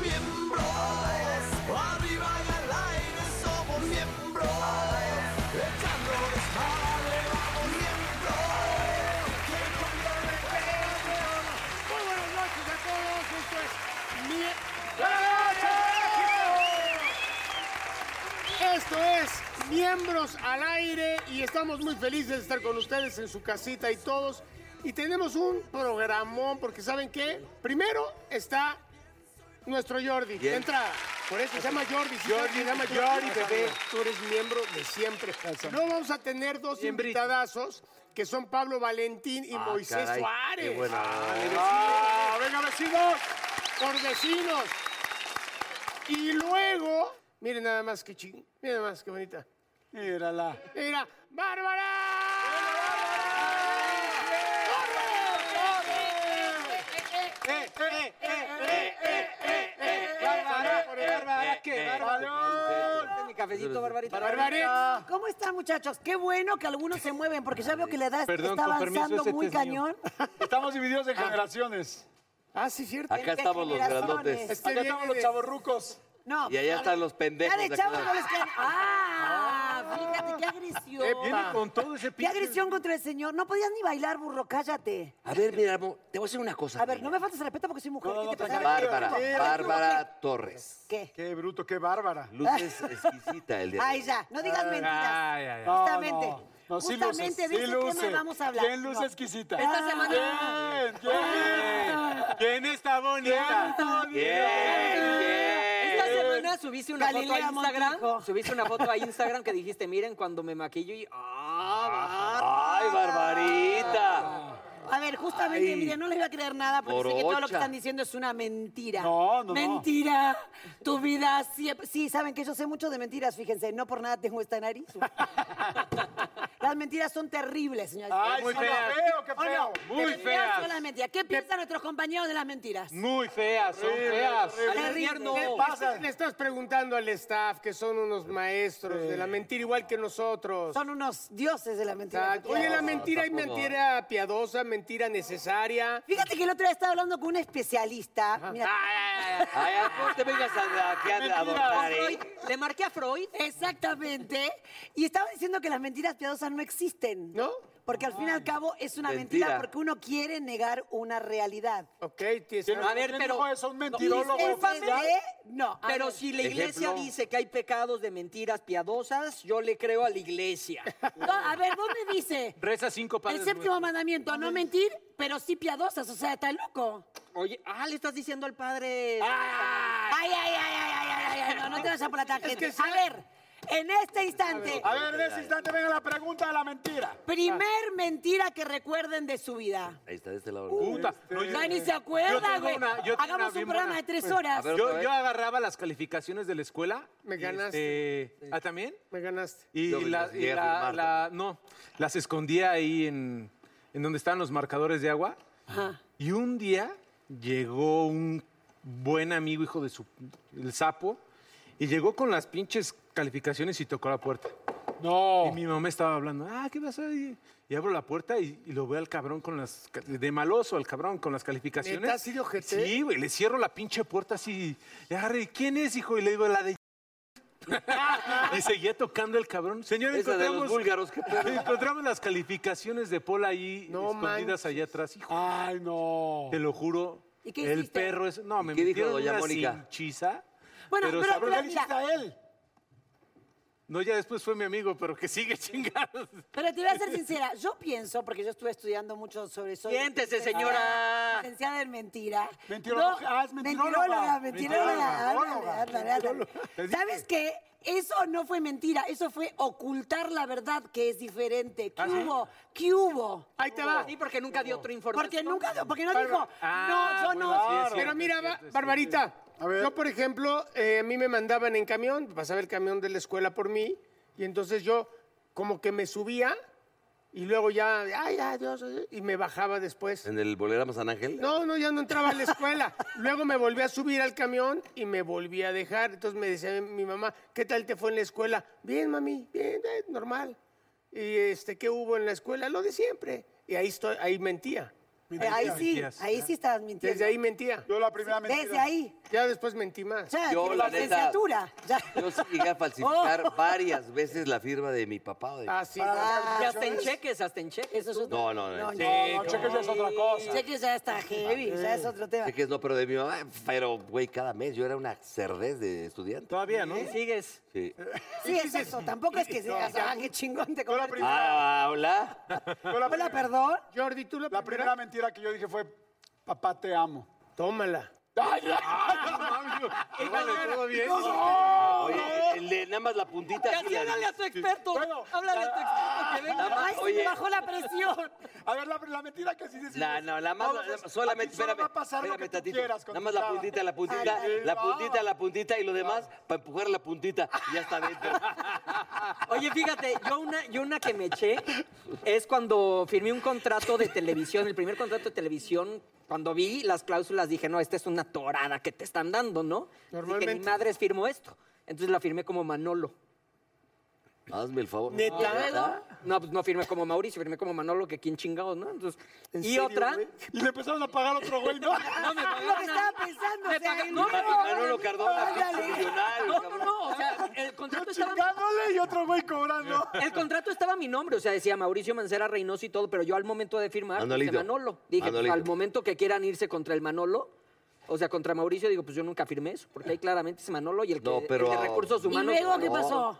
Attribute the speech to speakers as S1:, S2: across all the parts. S1: Miembros, arriba y al aire somos miembros, echando desmadre vamos miembros, que cuando me pegan,
S2: Muy buenas noches a todos, esto es Mie- Esto es Miembros al Aire y estamos muy felices de estar con ustedes en su casita y todos. Y tenemos un programón porque ¿saben qué? Primero está nuestro Jordi.
S3: Bien.
S2: Entra. Por eso se llama Jordi. si sabes
S3: Jordi,
S2: que se llama
S3: Jordi,
S2: Jordi,
S3: bebé.
S2: bebé. Tú eres miembro de siempre. Luego vamos a tener dos
S3: Siembrito.
S2: invitadazos que son Pablo Valentín y
S3: Ah,
S2: Moisés
S3: caray,
S2: Suárez.
S3: qué buena onda.
S2: de vecinos. venga, vecinos. Por vecinos. Y luego, miren nada más que ching, miren nada más que bonita. Mírala. Mira, Bárbara.
S4: Bárbara,
S2: ¡Corre!
S4: Bárbara, qué bárbara. Este es Mi cafecito, Barbarita.
S2: Barbarita.
S5: ¿Cómo están, muchachos? Qué bueno que algunos se mueven, porque ya veo que la edad
S6: Perdón,
S5: está
S6: con permiso,
S5: avanzando
S6: este
S5: muy
S6: es mío.
S5: cañón.
S6: Estamos divididos en generaciones.
S2: Ah, sí, cierto.
S3: Acá estamos los grandotes.
S2: Este
S6: Acá
S2: viene
S6: estamos los
S2: de-
S6: chavorrucos.
S5: No,
S3: Y allá están los pendejos.
S5: ya de
S3: de
S5: chavos
S3: acá.
S5: no les quedan. ¡Ah! Fíjate, qué agresión.
S6: Eh, Viene con todo ese
S5: Qué
S6: pinche-
S5: agresión contra el señor. No podías ni bailar, burro, cállate.
S3: A ver, mira, amor, te voy a decir una cosa.
S5: A ver, no me faltes el respeto porque soy mujer.
S6: No, no,
S5: ¿Qué te
S6: no,
S5: pasa?
S3: Bárbara,
S5: A ver,
S3: Bárbara Torres.
S5: ¿Qué?
S6: Qué bruto, qué bárbara.
S3: Luces exquisita el día de
S5: Ay,
S3: hoy.
S5: ya, no digas
S6: ay,
S5: mentiras.
S6: ay.
S5: Justamente.
S6: No, no. No, sí luces,
S5: Justamente
S6: sí
S5: de ese
S6: luce.
S5: tema vamos a hablar.
S6: ¿Quién luce
S5: No.
S6: exquisita? Ah,
S5: Esta Ah.
S6: semana. ¿Quién? ¿Quién? ¿Quién está bonita?
S3: Bien, bien.
S4: Esta semana subiste una foto
S5: Galilea
S4: a Instagram.
S5: Montijo.
S4: Subiste una foto a Instagram que dijiste, miren, cuando me maquillo y. ¡Ah!
S3: Ay, Barbarita.
S5: A ver, justamente, mire, no les voy a creer nada porque sé que todo lo que
S3: Morocha.
S5: están diciendo es una mentira.
S6: No, no, no.
S5: Mentira. Tu vida siempre. Sí, saben que yo sé mucho de mentiras, fíjense. No por nada tengo esta nariz. las mentiras son terribles, señores. Oh,
S6: Ay, muy fea. feo, qué feo.
S5: Muy Son las mentiras. ¿Qué piensan nuestros compañeros de las mentiras?
S6: Muy feas, son feas.
S4: ¡Al
S5: Terrible.
S4: infierno!
S5: ¿Qué
S6: pasa?
S2: Le estás preguntando al staff, que son unos maestros de la mentira, igual que nosotros.
S5: Son unos dioses de la mentira.
S2: Exacto. Oye, la mentira hay
S3: por favor.
S2: mentira piadosa, mentira necesaria.
S5: Fíjate que el otro día estaba hablando con un especialista. Mira,
S3: Ay, no te vengas a, aquí a adornar, ¿eh?
S4: Freud, Le marqué a Freud.
S5: Exactamente. Y estaba diciendo que las mentiras piadosas no existen.
S2: ¿No?
S5: Porque al fin y al cabo es una mentira,
S3: Mentira.
S5: porque uno quiere negar una realidad.
S2: Ok, tienes-
S4: A ver,
S6: ¿Quién
S4: pero-
S6: dijo eso? Un
S4: No,
S6: mentirólogo.
S5: ¿Es ¿eh?
S6: oficial?
S5: de- No. a
S4: Pero
S5: ver.
S4: si la iglesia
S3: Ejemplo.
S4: dice que hay pecados de mentiras piadosas, yo le creo a la iglesia.
S5: No, a ver, ¿dónde dice?
S6: Reza cinco padres
S5: El séptimo mandamiento, no mentir, pero sí piadosas, o sea, está loco.
S4: Oye, ah, le estás diciendo al padre.
S5: Ay, ay, ay, ay, ay, ay, ay, ay, no, no te vayas por la tangente. A ver, en este instante,
S6: A ver, en ese instante venga la pregunta de la mentira.
S5: primer mentira que recuerden de su vida.
S3: Ahí está, de este lado.
S6: Puta. no, yo-
S5: Ya ni se acuerda,
S6: tengo
S5: güey.
S6: una- yo tengo una
S5: Hagamos un
S6: bien
S5: programa
S6: buena.
S5: de tres horas.
S3: A ver, otra
S7: Yo,
S3: vez.
S7: yo agarraba las calificaciones de la escuela.
S2: Me
S7: y,
S2: ganaste.
S7: este, ¿Ah, también?
S2: me ganaste.
S7: Y,
S3: Yo me
S7: la-
S3: las llegué
S7: y
S3: a
S7: la-
S3: firmar
S7: la- no, las escondía ahí en, en donde estaban los marcadores de agua. Y un día llegó un buen amigo, hijo de su, el sapo, y llegó con las pinches calificaciones y tocó la puerta.
S6: No.
S7: Y mi mamá estaba hablando, ah, ¿qué pasó? Y, y abro la puerta y, y lo veo al cabrón con las... ca- De maloso al cabrón con las calificaciones.
S2: ¿Neta, así de ojete?
S7: Sí, güey, le cierro la pinche puerta así. Y agarré, ¿quién es, hijo? Y le digo, la de... y seguía tocando el cabrón. Señor,
S3: Esa de los
S7: encontramos...
S3: búlgaros, qué pedo.
S7: encontramos las calificaciones de Paul ahí,
S2: No
S7: escondidas
S2: manches.
S7: allá atrás. Hijo,
S6: Ay, no.
S7: te lo juro,
S5: ¿Y qué
S7: El
S5: hiciste?
S7: perro es. No, me
S3: ¿Qué dijo
S7: metieron
S3: doña
S7: una
S3: Mónica?
S7: cinchiza.
S5: Bueno,
S7: pero
S5: pero,
S7: sabrosa.
S5: pero,
S6: ¿Qué
S5: mira,
S6: hiciste a él?
S7: No, ya después fue mi amigo, pero que sigue chingando.
S5: pero te voy a ser sincera. Yo pienso, porque yo estuve estudiando mucho sobre eso.
S3: Siéntese, señora.
S5: Licenciada en mentira.
S6: Mentirolo-
S5: No,
S6: ah, es mentiróloga.
S5: Mentiróloga, mentiróloga.
S6: Mentiróloga.
S5: Ándale, ándale, ándale. ¿Sabes qué? Eso no fue mentira, eso fue ocultar la verdad que es diferente. ¿Qué hubo? ¿Qué hubo?
S2: Ahí te va.
S4: Sí, porque nunca dio otra información.
S5: Porque nunca, porque no dijo,
S7: Ah,
S5: no, yo
S7: bueno,
S5: no.
S7: sí es
S2: Pero
S7: cierto,
S2: mira,
S7: es
S2: Ba-
S7: cierto, es
S2: Barbarita, yo por ejemplo, eh, a mí me mandaban en camión, pasaba el camión de la escuela por mí, y entonces yo como que me subía y luego ya, ay, adiós, adiós, y me bajaba después.
S3: ¿En el Boléramos San Ángel?
S2: No, no, ya no entraba a la escuela. Luego me volví a subir al camión y me volví a dejar. Entonces me decía mi mamá, ¿qué tal te fue en la escuela? Bien, mami, bien, eh, normal. ¿Y este, qué hubo en la escuela? Lo de siempre. Y ahí, estoy, ahí mentía.
S5: Eh, ahí sí,
S7: Mentiras.
S5: ahí sí estabas mintiendo.
S2: Desde ahí mentía.
S6: Yo la primera mentira.
S5: Desde ahí.
S2: Ya después mentí más.
S5: O sea,
S3: Yo,
S5: tiene
S3: la neta,
S5: licenciatura. Ya.
S3: Yo sí llegué a falsificar varias veces la firma de mi papá o de mi-
S2: Ah, sí.
S4: Y hasta en cheques, hasta en cheques.
S5: Eso es otro-
S3: No, no, no.
S5: no.
S6: No, cheques ya es otra cosa.
S5: Sé que ya está heavy, ya es otro tema.
S3: Sé que es no, pero de mi mamá. Pero, güey, cada mes yo era una cerdez de estudiante.
S7: Todavía, ¿no?
S4: Y sigues.
S3: Sí.
S5: Sí, es eso. Tampoco es que seas, ah, qué chingón te
S6: Yo la
S5: convertiste.
S6: primera-
S3: Ah, hola.
S6: yo la
S5: Hola,
S6: primera-
S5: perdón.
S2: Jordi, tú la,
S6: La
S2: primera.
S6: primera mentira que yo dije fue, papá, te amo.
S2: Tómala.
S3: Oye, el de nada más la puntita.
S4: Ya
S3: así,
S4: sí,
S3: la-
S4: háblale a tu experto.
S6: Bueno,
S4: háblale a tu experto que venga.
S3: Nada más,
S5: Ay, se me
S3: oye,
S5: bajó la presión.
S6: A ver, la, la mentira que sí decimos.
S3: No, no, nada más,
S6: Todos
S3: nada
S6: es,
S3: más, solamente,
S6: aquí solo
S3: espérame,
S6: va a pasar lo
S3: espérame
S6: que tú
S3: tantito.
S6: quieras. con
S3: Nada
S6: tu
S3: más Pues la
S6: chava.
S3: puntita, la puntita,
S6: Ándale,
S3: la
S6: va.
S3: puntita, la puntita y lo demás para empujar la puntita y ya está dentro.
S4: Oye, fíjate, yo una, yo una que me eché es cuando firmé un contrato de televisión, el primer contrato de televisión. Cuando vi las cláusulas dije, no, esta es una torada que te están dando, ¿no? Normalmente. Que
S2: Normalmente.
S4: mi madre firmó esto. Entonces la firmé como Manolo.
S3: Hazme el favor.
S2: ¿Neta?
S4: No, pues no firmé como Mauricio, firmé como Manolo, que quién chingados, ¿no? Entonces, y
S2: serio,
S4: otra.
S2: güey?
S6: Y le empezaron a pagar otro güey, ¿no?
S4: No, me
S5: Lo que
S4: pagaron a-
S5: estaba pensando.
S4: Me
S5: o sea,
S4: pagué-
S5: el
S4: no,
S5: nuevo-
S3: Manolo Cardona,
S5: Ándale.
S3: pinche millonario,
S4: No, no,
S3: cabrón.
S4: no. O sea, el contrato estaba.
S6: Ah, Chingándole y otro güey cobrando.
S4: El contrato estaba a mi nombre, o sea, decía Mauricio Mancera Reynoso y todo, pero yo al momento de firmar, puse
S3: Manolito.
S4: Manolo. Dije, pues,
S3: Manolito.
S4: al momento que quieran irse contra el Manolo, o sea, contra Mauricio, digo, pues yo nunca firmé eso, porque ahí claramente es Manolo y el, que,
S3: No, pero-
S4: el de recursos
S5: ¿Y
S4: humanos.
S5: luego qué
S4: No.
S5: pasó?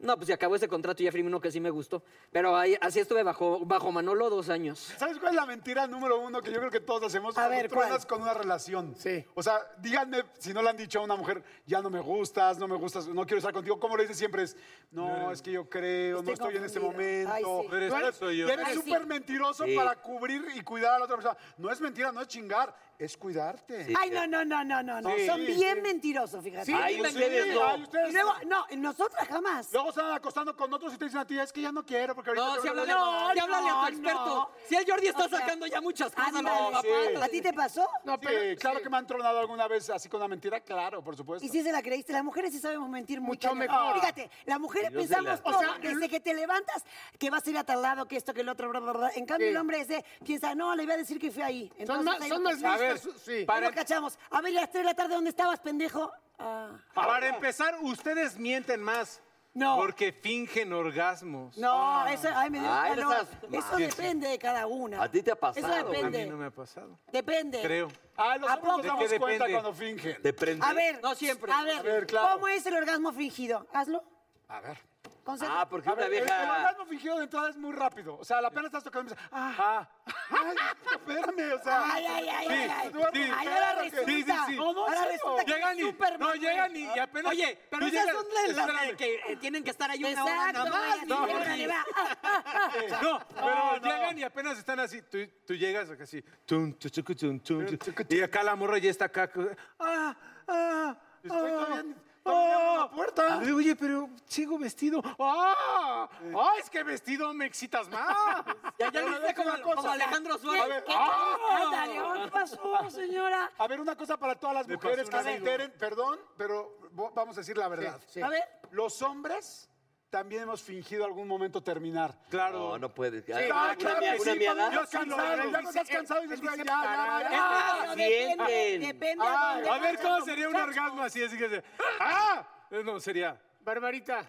S4: No, pues se acabó ese contrato, ya firmé uno que sí me gustó. Pero ahí, así estuve bajo, bajo Manolo dos años.
S6: ¿Sabes cuál es la mentira número uno que yo creo que todos hacemos
S5: A
S6: cuando
S5: ver,
S6: truenas
S5: ¿cuál?
S6: con una relación?
S2: Sí.
S6: O sea, díganme si no le han dicho a una mujer, ya no me gustas, no me gustas, no quiero estar contigo. ¿Cómo le dicen siempre? Es, no, es que yo
S3: Pues
S6: creo, no
S5: Estoy
S6: estoy en este
S5: confundida.
S6: momento.
S5: Ay, sí.
S6: Tú
S7: Pero
S6: eres-
S7: esto soy yo.
S6: y eres
S5: Ay, sí.
S6: súper mentiroso
S3: Sí.
S6: para cubrir y cuidar a la otra persona. No es mentira, no es chingar, es cuidarte.
S5: Ay, no, no, no, no, no, no.
S6: Sí,
S5: Son
S6: sí,
S5: bien
S6: sí.
S5: mentirosos, fíjate.
S3: Ay,
S6: Sí,
S3: ustedes no.
S6: ay, ustedes
S5: Y luego, no, nosotras jamás.
S6: Luego están acostando con otros y te dicen a ti, es que ya no quiero porque ahorita...
S4: No,
S6: tengo
S4: si
S6: que
S4: háblale,
S6: volver".
S4: sí háblale a tu
S5: no,
S4: experto.
S5: no.
S4: Si el Jordi está
S5: O sea,
S4: sacando ya muchas cosas,
S5: Ándale.
S4: no, papá.
S5: ¿A ti te pasó?
S2: No,
S6: Sí,
S2: pero
S6: claro
S2: sí.
S6: que me han tronado alguna vez así con una mentira, claro, por supuesto.
S5: Y si se la creíste, las mujeres sí sabemos mentir mucho.
S2: Mucho mejor.
S5: Fíjate, las mujeres
S3: Yo se
S5: pensamos
S3: la-
S5: todo,
S2: O sea,
S5: desde que te levantas, que vas a ir a tal lado, que esto, que el otro, bla, bla, bla. En cambio,
S2: Sí.
S5: el hombre ese piensa, no, le voy a decir que fui ahí.
S2: Son
S5: Entonces,
S2: más,
S5: ahí
S2: son
S5: lo
S2: más
S5: cachamos.
S2: listas,
S7: ver,
S2: sí.
S5: Ahí lo cachamos. A ver, las 3 de la tarde, ¿dónde estabas, pendejo? Ah.
S7: Para empezar, ustedes mienten más.
S5: No.
S7: Porque fingen orgasmos.
S5: No, eso, ay, me dio
S3: Ay,
S5: calor.
S3: esas-
S5: Eso depende de cada una.
S3: ¿A ti te ha pasado,
S5: Eso
S3: güey?
S7: A
S5: depende.
S7: mí no me ha pasado.
S5: Depende.
S7: Creo.
S6: Ah, los hombres
S5: ¿A
S6: nos
S5: poco? Ah.
S6: damos
S7: ¿De qué
S6: cuenta
S7: depende?
S6: cuando fingen.
S3: Te prende.
S5: A ver,
S4: No siempre.
S5: A ver,
S6: A ver, claro.
S5: ¿cómo es el orgasmo fingido? Hazlo.
S6: A ver.
S5: Concéntrate.
S3: Ah, porque una
S6: el, el
S3: vieja.
S6: orgasmo fingido de entrada es muy rápido. O sea, la pena estás tocando y dices, ah, ay, espérame, o sea.
S5: Ay, ay, ay,
S6: Sí,
S5: ay, ay.
S6: tú vas a
S5: Ay,
S6: pensar
S5: ahora
S6: lo que-
S5: resulta.
S6: Sí, sí, sí. No, no,
S5: ahora
S6: en serio.
S5: resulta que
S7: Llegan y.
S5: Superman,
S7: No,
S5: güey.
S7: llegan y, y apenas.
S4: Oye, pero
S7: tú
S4: esas
S7: llegas-
S4: son de las
S7: espérame.
S4: de que eh, tienen que estar ahí una hora
S5: Exacto.
S4: nada más.
S5: No,
S7: no,
S5: órale, va. Ah, ah, ah.
S7: No, pero
S6: no.
S7: llegan y apenas están así. Tú, tú llegas acá así. tun, tu, tucu, tun, tun, tu, y acá la morra ya está acá. co- Ah, ah.
S6: Estoy
S7: ah,
S6: todavía- todavía
S7: ah.
S6: en la puerta.
S7: Ay, Oye, pero sigo vestido. ¡Ah! ¡Ah, es que vestido me excitas más!
S4: Ya, ya lo hice como,
S6: una cosa.
S4: como Alejandro Suárez. Ah.
S6: A ver, ¡Ah!
S5: ¿Qué? Ándale, ahora, ¿qué pasó, señora?
S6: a ver, una cosa para todas las mujeres
S7: pasó
S6: que
S7: un
S6: se
S7: amigo.
S6: enteren, perdón, pero vo- vamos a decir la verdad.
S5: A ver.
S6: Los hombres también hemos fingido algún momento terminar.
S7: Claro.
S3: No, no puedes. Ah,
S6: Ah,
S3: una
S6: claro
S3: mia-
S6: que
S3: una
S6: sí,
S3: miada.
S6: cuando estás
S2: Sí, lo
S6: cansado,
S2: hago.
S6: ya no estás
S2: Él-
S6: cansado y
S2: él
S6: dices, güey, ya,
S2: dice,
S6: ya, ya, ya.
S5: Ah, pero depende,
S3: sienten.
S5: depende a
S6: Ay,
S5: dónde
S7: A ver,
S5: vayas
S7: ¿cómo
S5: como
S7: sería un
S5: muchacho.
S7: orgasmo así? Así que. se- ¡Ah! Eh, No, sería.
S2: Barbarita.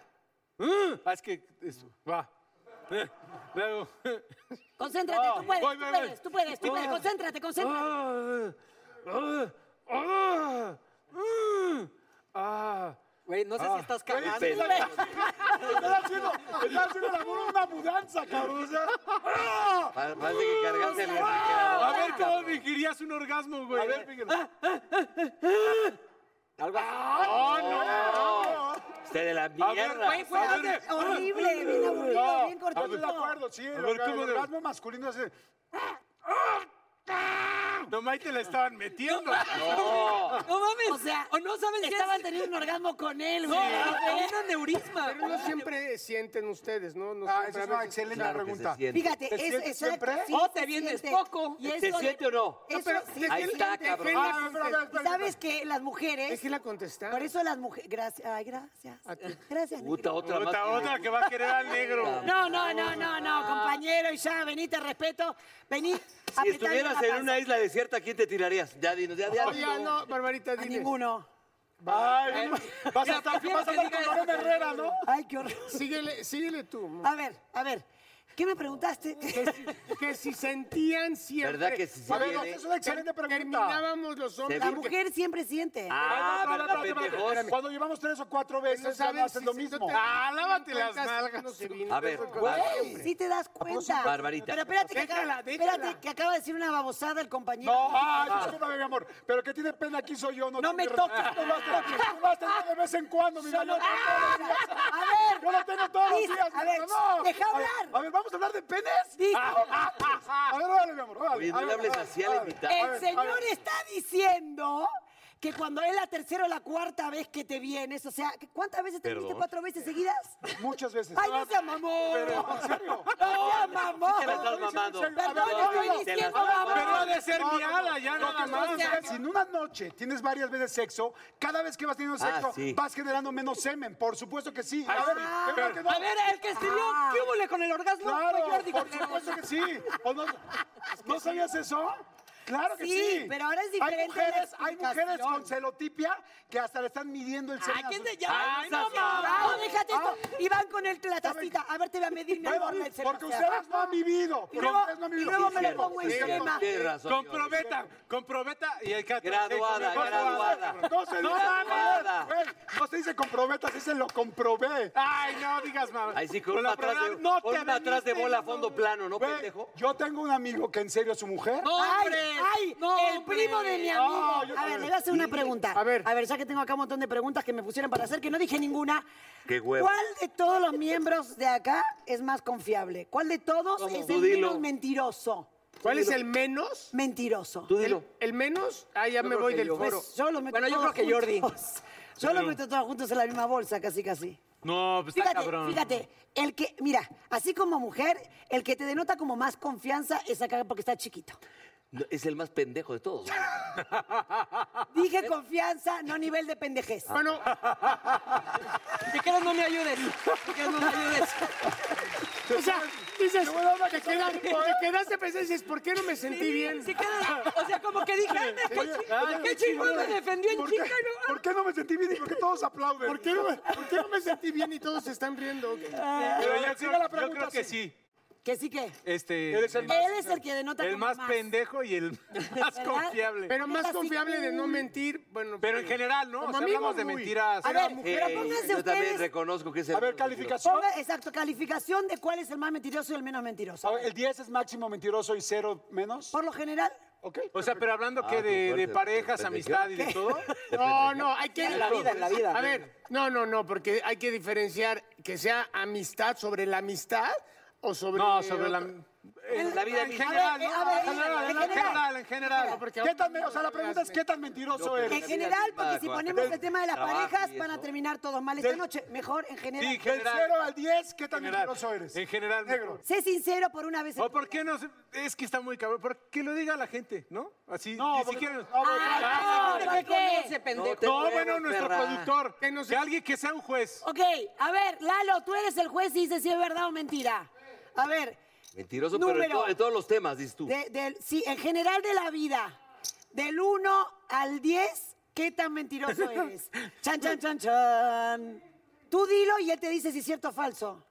S7: "Ah", ah, es que. eso, va. Eh, Luego.
S5: Concéntrate, tú puedes,
S7: Voy,
S5: tú
S7: voy, voy.
S6: Ah.
S5: puedes, tú puedes, tú puedes. Concéntrate, concéntrate.
S7: Ah,
S6: ah,
S4: Güey, no sé si estás cagando.
S6: Güey, sí, la- Estás haciendo, estás haciendo la burla de una mudanza, cabrón. o sea. ¡Ah!
S3: Pa- Parece que cargaste el
S7: A
S3: refrigerador.
S7: ver cómo fingirías un orgasmo, güey.
S6: A ver, fíjate.
S4: Algo así.
S6: Ah,
S3: Usted de la mierda.
S4: Güey, fue-
S6: A ver,
S5: Horrible, bien aburrido,
S6: Ah, no,
S5: bien
S6: estoy de
S5: cortito.
S6: acuerdo, sí. El
S7: ver, ¿cómo
S6: orga- el
S7: de-
S6: orgasmo masculino es el-
S7: No, Mike, te la estaban metiendo.
S4: No mames.
S5: O sea,
S4: o no saben si
S5: Estaban
S4: es...
S5: teniendo un orgasmo con él,
S4: No,
S5: güey.
S4: o un aneurisma.
S2: Pero no siempre sienten ustedes, ¿no? No
S6: Ah,
S2: siempre,
S6: esa
S2: a
S6: es una
S2: veces-
S6: excelente
S3: Claro que
S6: pregunta.
S3: se siente.
S5: Fíjate,
S6: ¿Te
S5: es
S6: sientes
S5: exacto.
S6: siempre?
S4: O
S5: se
S4: Oh, te vienes
S5: siente.
S4: poco.
S5: Y
S3: ¿Se
S5: eso-
S3: siente o no?
S5: eso-
S2: No, pero
S5: sí.
S2: déjenla-
S3: Ahí está, cabrón.
S2: déjenla
S6: Ah, espera, espera,
S2: contestar.
S6: espera.
S5: ¿Y sabes que las mujeres.
S2: Déjenla contestar.
S5: Por eso las mujeres. Gracias. Ay, gracias. Gracias.
S3: Puta, otra más.
S7: Puta, otra que va a querer al negro.
S5: No, no, no, no, no, compañero, y ya, vení, te respeto. Vení.
S3: Si
S5: apretame
S3: estuvieras
S5: la
S3: en
S5: panza.
S3: una isla desierta, ¿a quién te tirarías? Ya dinos, ya,
S5: Oh,
S3: ya.
S2: Oye, no, Barbarita,
S5: A
S2: dile.
S5: ninguno. Eh,
S6: Ay, vas a estar,
S4: prefiero
S6: vas a
S4: que
S6: estar
S4: diga
S6: con
S4: eso
S6: Lorena
S4: que-
S6: Herrera, ¿no?
S5: Ay, qué horror.
S2: Síguele, síguele tú.
S5: A ver, a ver. ¿Qué me preguntaste?
S2: Que si, que si sentían siempre.
S3: ¿Verdad que si se
S6: A ver,
S3: viene?
S6: es una excelente pregunta.
S2: Terminábamos los hombres.
S5: La
S3: ¿por
S5: mujer siempre siente.
S3: Ah,
S6: Espérate,
S3: ¿verdad,
S6: espérate, espérate.
S3: pendejos?
S6: Cuando llevamos tres o cuatro veces, ya no haces lo mismo.
S2: Ah, lávate
S7: las nalgas.
S3: A ver,
S5: Güey, sí te das cuenta.
S3: Barbarita.
S5: Pero espérate que,
S2: Déjala,
S5: acaba,
S2: déjala.
S5: espérate que acaba de decir una babosada el compañero.
S6: No, ay, discúlpame, mi amor, pero que tiene pena aquí soy yo. No,
S5: No
S6: tiene
S5: me
S6: razón.
S5: toques.
S6: Tú vas a- tú vas a tener de vez en cuando, mi
S5: Solo-
S6: mayor.
S5: A ver.
S6: Yo lo tengo todos los
S5: Dice,
S6: días.
S5: A ver,
S6: mi amor.
S5: deja
S6: A ver, A
S5: hablar.
S6: ver, ¿vamos a hablar de penes? Ah,
S5: Dice,
S6: A ver, órale, mi amor, órale.
S3: Oye, no
S6: a
S3: le
S6: ver,
S3: hables
S6: órale,
S3: así a la
S6: órale.
S3: invitada.
S6: A ver,
S5: El
S6: a
S5: señor
S6: ver.
S5: está diciendo que cuando es la tercera o la cuarta vez que te vienes, o sea, ¿cuántas veces te
S3: Perdón.
S5: viniste? ¿Cuatro veces seguidas?
S6: Muchas veces.
S5: ¡Ay, no seas mamón!
S6: Pero, en serio.
S5: ¡No seas
S3: Te la
S5: mamón!
S3: estás mamando.
S6: Perdón,
S5: Perdón, estoy
S3: te la
S5: diciendo
S3: estás mamando.
S7: Pero ha
S5: mamón.
S7: de ser
S6: No, no,
S7: mi ala, ya
S6: Lo
S7: nada
S6: que estoy
S7: más.
S6: diciendo es, si en una noche tienes varias veces sexo, cada vez que vas teniendo
S3: Ah,
S6: sexo,
S3: sí.
S6: vas generando menos semen. Por supuesto que sí.
S7: Ay,
S6: A ver,
S7: sí,
S6: ¿qué
S7: pero-
S6: mal que no? Ah.
S4: A ver, el que escribió, ¿qué hubo con el orgasmo?
S6: Claro,
S4: Fue Jordi
S6: por
S4: Contreras.
S6: supuesto que sí. ¿O no, ¿no sabías eso? Claro que sí.
S5: Sí, pero ahora es diferente
S6: Hay mujeres,
S5: la
S6: hay mujeres
S5: explicación.
S6: con celotipia que hasta le están midiendo el
S4: Ay,
S6: semen. a
S4: ¿quién
S6: sus-
S4: te llama?
S3: Ay,
S4: no,
S3: no,
S4: mames.
S5: No, déjate esto.
S6: Ah.
S5: Y van con el, la tacita. A ver, te voy a medir mi
S6: Bueno,
S5: amor, del
S6: porque
S5: celular.
S6: ustedes no han vivido.
S5: Y
S6: porque
S5: luego-
S6: ustedes no han
S5: y
S6: vivido.
S5: luego
S6: Sí,
S5: me lo
S6: cierto,
S5: pongo
S6: sí,
S5: en
S6: cierto.
S5: crema.
S3: Tienes razón.
S7: Comprobeta, comprobeta. Y hay que
S3: Graduada, graduada.
S6: No se dice
S3: Graduada.
S6: güey. No se dice comprometa, se dice lo comprobé.
S7: Ay, no digas mamá.
S3: Ahí sí, con un
S7: la
S3: atrás de,
S7: programa- No
S3: con
S7: te
S3: un atrás de
S7: veniste,
S3: bola a
S7: no.
S3: fondo plano, ¿no,
S6: Güey,
S3: pendejo?
S6: yo tengo un amigo que en serio su mujer.
S4: No,
S5: ¡Ay,
S4: hombre.
S5: ay!
S4: No,
S5: el
S4: hombre.
S5: primo de mi
S6: Ah, yo
S5: amigo. a ver,
S6: también.
S5: le voy a hacer una pregunta.
S2: A ver.
S5: A ver, ya que tengo acá un montón de preguntas que me pusieron para hacer, que no dije ninguna.
S3: Qué huevo.
S5: ¿Cuál de todos los miembros de acá es más confiable? ¿Cuál de todos es
S3: Tú
S5: el
S3: dilo.
S5: menos mentiroso?
S2: ¿Cuál es el menos?
S5: Mentiroso.
S3: Tú dilo.
S2: ¿El menos? Ah, ya me
S4: creo
S2: voy
S4: que
S2: del
S4: yo.
S2: foro.
S5: Pues yo los meto
S4: Bueno, yo
S5: todos
S4: creo que Jordi.
S5: juntos. Yo los meto todos juntos en la misma bolsa, casi, casi.
S7: No, pues está
S5: Fíjate,
S7: cabrón.
S5: fíjate, el que, mira, así como mujer, el que te denota como más confianza es acá porque está chiquito.
S3: No, es el más pendejo de todos. güey.
S5: Dije confianza, no nivel de pendejez.
S6: Ah,
S2: Bueno,
S4: Si quieres no me ayudes. Si quieres no me ayudes.
S2: o sea, dices, te, quedas, te quedaste pensando y dices, ¿por qué no me sentí bien?
S4: Si quieres, o sea, como que dije, ay, qué
S6: Oye,
S4: chingón,
S6: oye,
S4: qué chingón me defendió en
S6: ¿Por qué-
S4: chica. ¿no?
S6: ¿Por qué no me sentí bien y por qué todos aplauden?
S2: ¿Por qué, no me, por qué no me sentí bien y todos se están riendo?
S7: Pero yo,
S6: Siga
S7: creo,
S6: la
S7: yo
S6: pregunta,
S7: creo que
S6: sí.
S7: sí.
S5: Que sí que.
S7: Este,
S6: Eres el
S7: el,
S6: más-
S5: Él es el que denota
S7: el
S5: como
S7: más pendejo y el más
S5: ¿Verdad?
S7: confiable. Pero,
S2: Pero más confiable de
S4: mm.
S2: no mentir, bueno.
S7: en general, ¿no? O
S2: Como
S7: sea,
S2: amigo,
S7: hablamos de
S2: muy.
S7: mentiras.
S5: A ver,
S3: Eh,
S5: pero pónganse
S3: yo también
S5: ustedes.
S3: reconozco que es el
S6: A ver,
S3: menos mentiroso.
S6: calificación.
S5: Ponga, exacto, calificación de cuál es el más mentiroso y el menos mentiroso.
S6: A ver, el 10 es máximo mentiroso y 0 menos.
S5: Por lo general,
S6: ¿Ok?
S7: O sea, pero hablando
S3: Ah,
S7: que
S3: qué
S7: de, de
S3: fuerte,
S7: parejas,
S3: pendejo.
S7: amistad y de todo.
S2: No, no, hay que...
S4: En la vida, en la vida.
S2: A ver, no, no, no, porque hay que diferenciar que sea amistad sobre la amistad o sobre...
S7: No, sobre la.
S2: otro-
S7: En
S4: la vida
S7: en
S4: misma.
S7: general,
S5: A ver,
S7: ¿no?
S5: a ver,
S7: En
S5: en
S7: general, en
S5: general.
S7: general, en general.
S2: porque-
S6: ¿Qué tan, me- o sea, la pregunta es qué tan mentiroso
S5: en
S6: eres.
S5: general, porque si
S3: Trabajo,
S5: ponemos el tema de las
S3: trabajo y
S5: parejas,
S3: eso.
S5: van a terminar todos mal esta noche. Mejor en
S7: Sí,
S5: general.
S6: Del
S7: general.
S6: 0 al 10, ¿qué tan
S7: general.
S6: mentiroso eres?
S7: En general,
S6: negro.
S5: Sé sincero por una vez. en
S7: ¿O
S5: tu
S7: por
S5: vida.
S7: qué no? se- Es que está muy cabrón. ¿Por qué lo diga la gente, no? Así,
S6: No,
S7: ni
S6: porque-
S7: siquiera.
S6: no, porque-
S4: Ah,
S5: ¿por
S4: ¿Qué
S5: qué?
S4: conoce, pendejo?
S3: te-
S7: No,
S3: huevos,
S7: bueno, nuestro
S3: perra.
S7: productor.
S2: Que
S7: Que,
S2: nos-
S7: alguien que sea un juez.
S5: Ok, a ver, Lalo, tú eres el juez y dices si es verdad o mentira. A ver,
S3: Mentiroso, pero en,
S5: Número.
S3: to- en todos los temas, dices tú.
S5: de- del- sí, en general de la vida, del 1 al 10, ¿qué tan mentiroso eres? Chan, chan, chan, chan. Tú dilo y él te dice si es cierto o falso.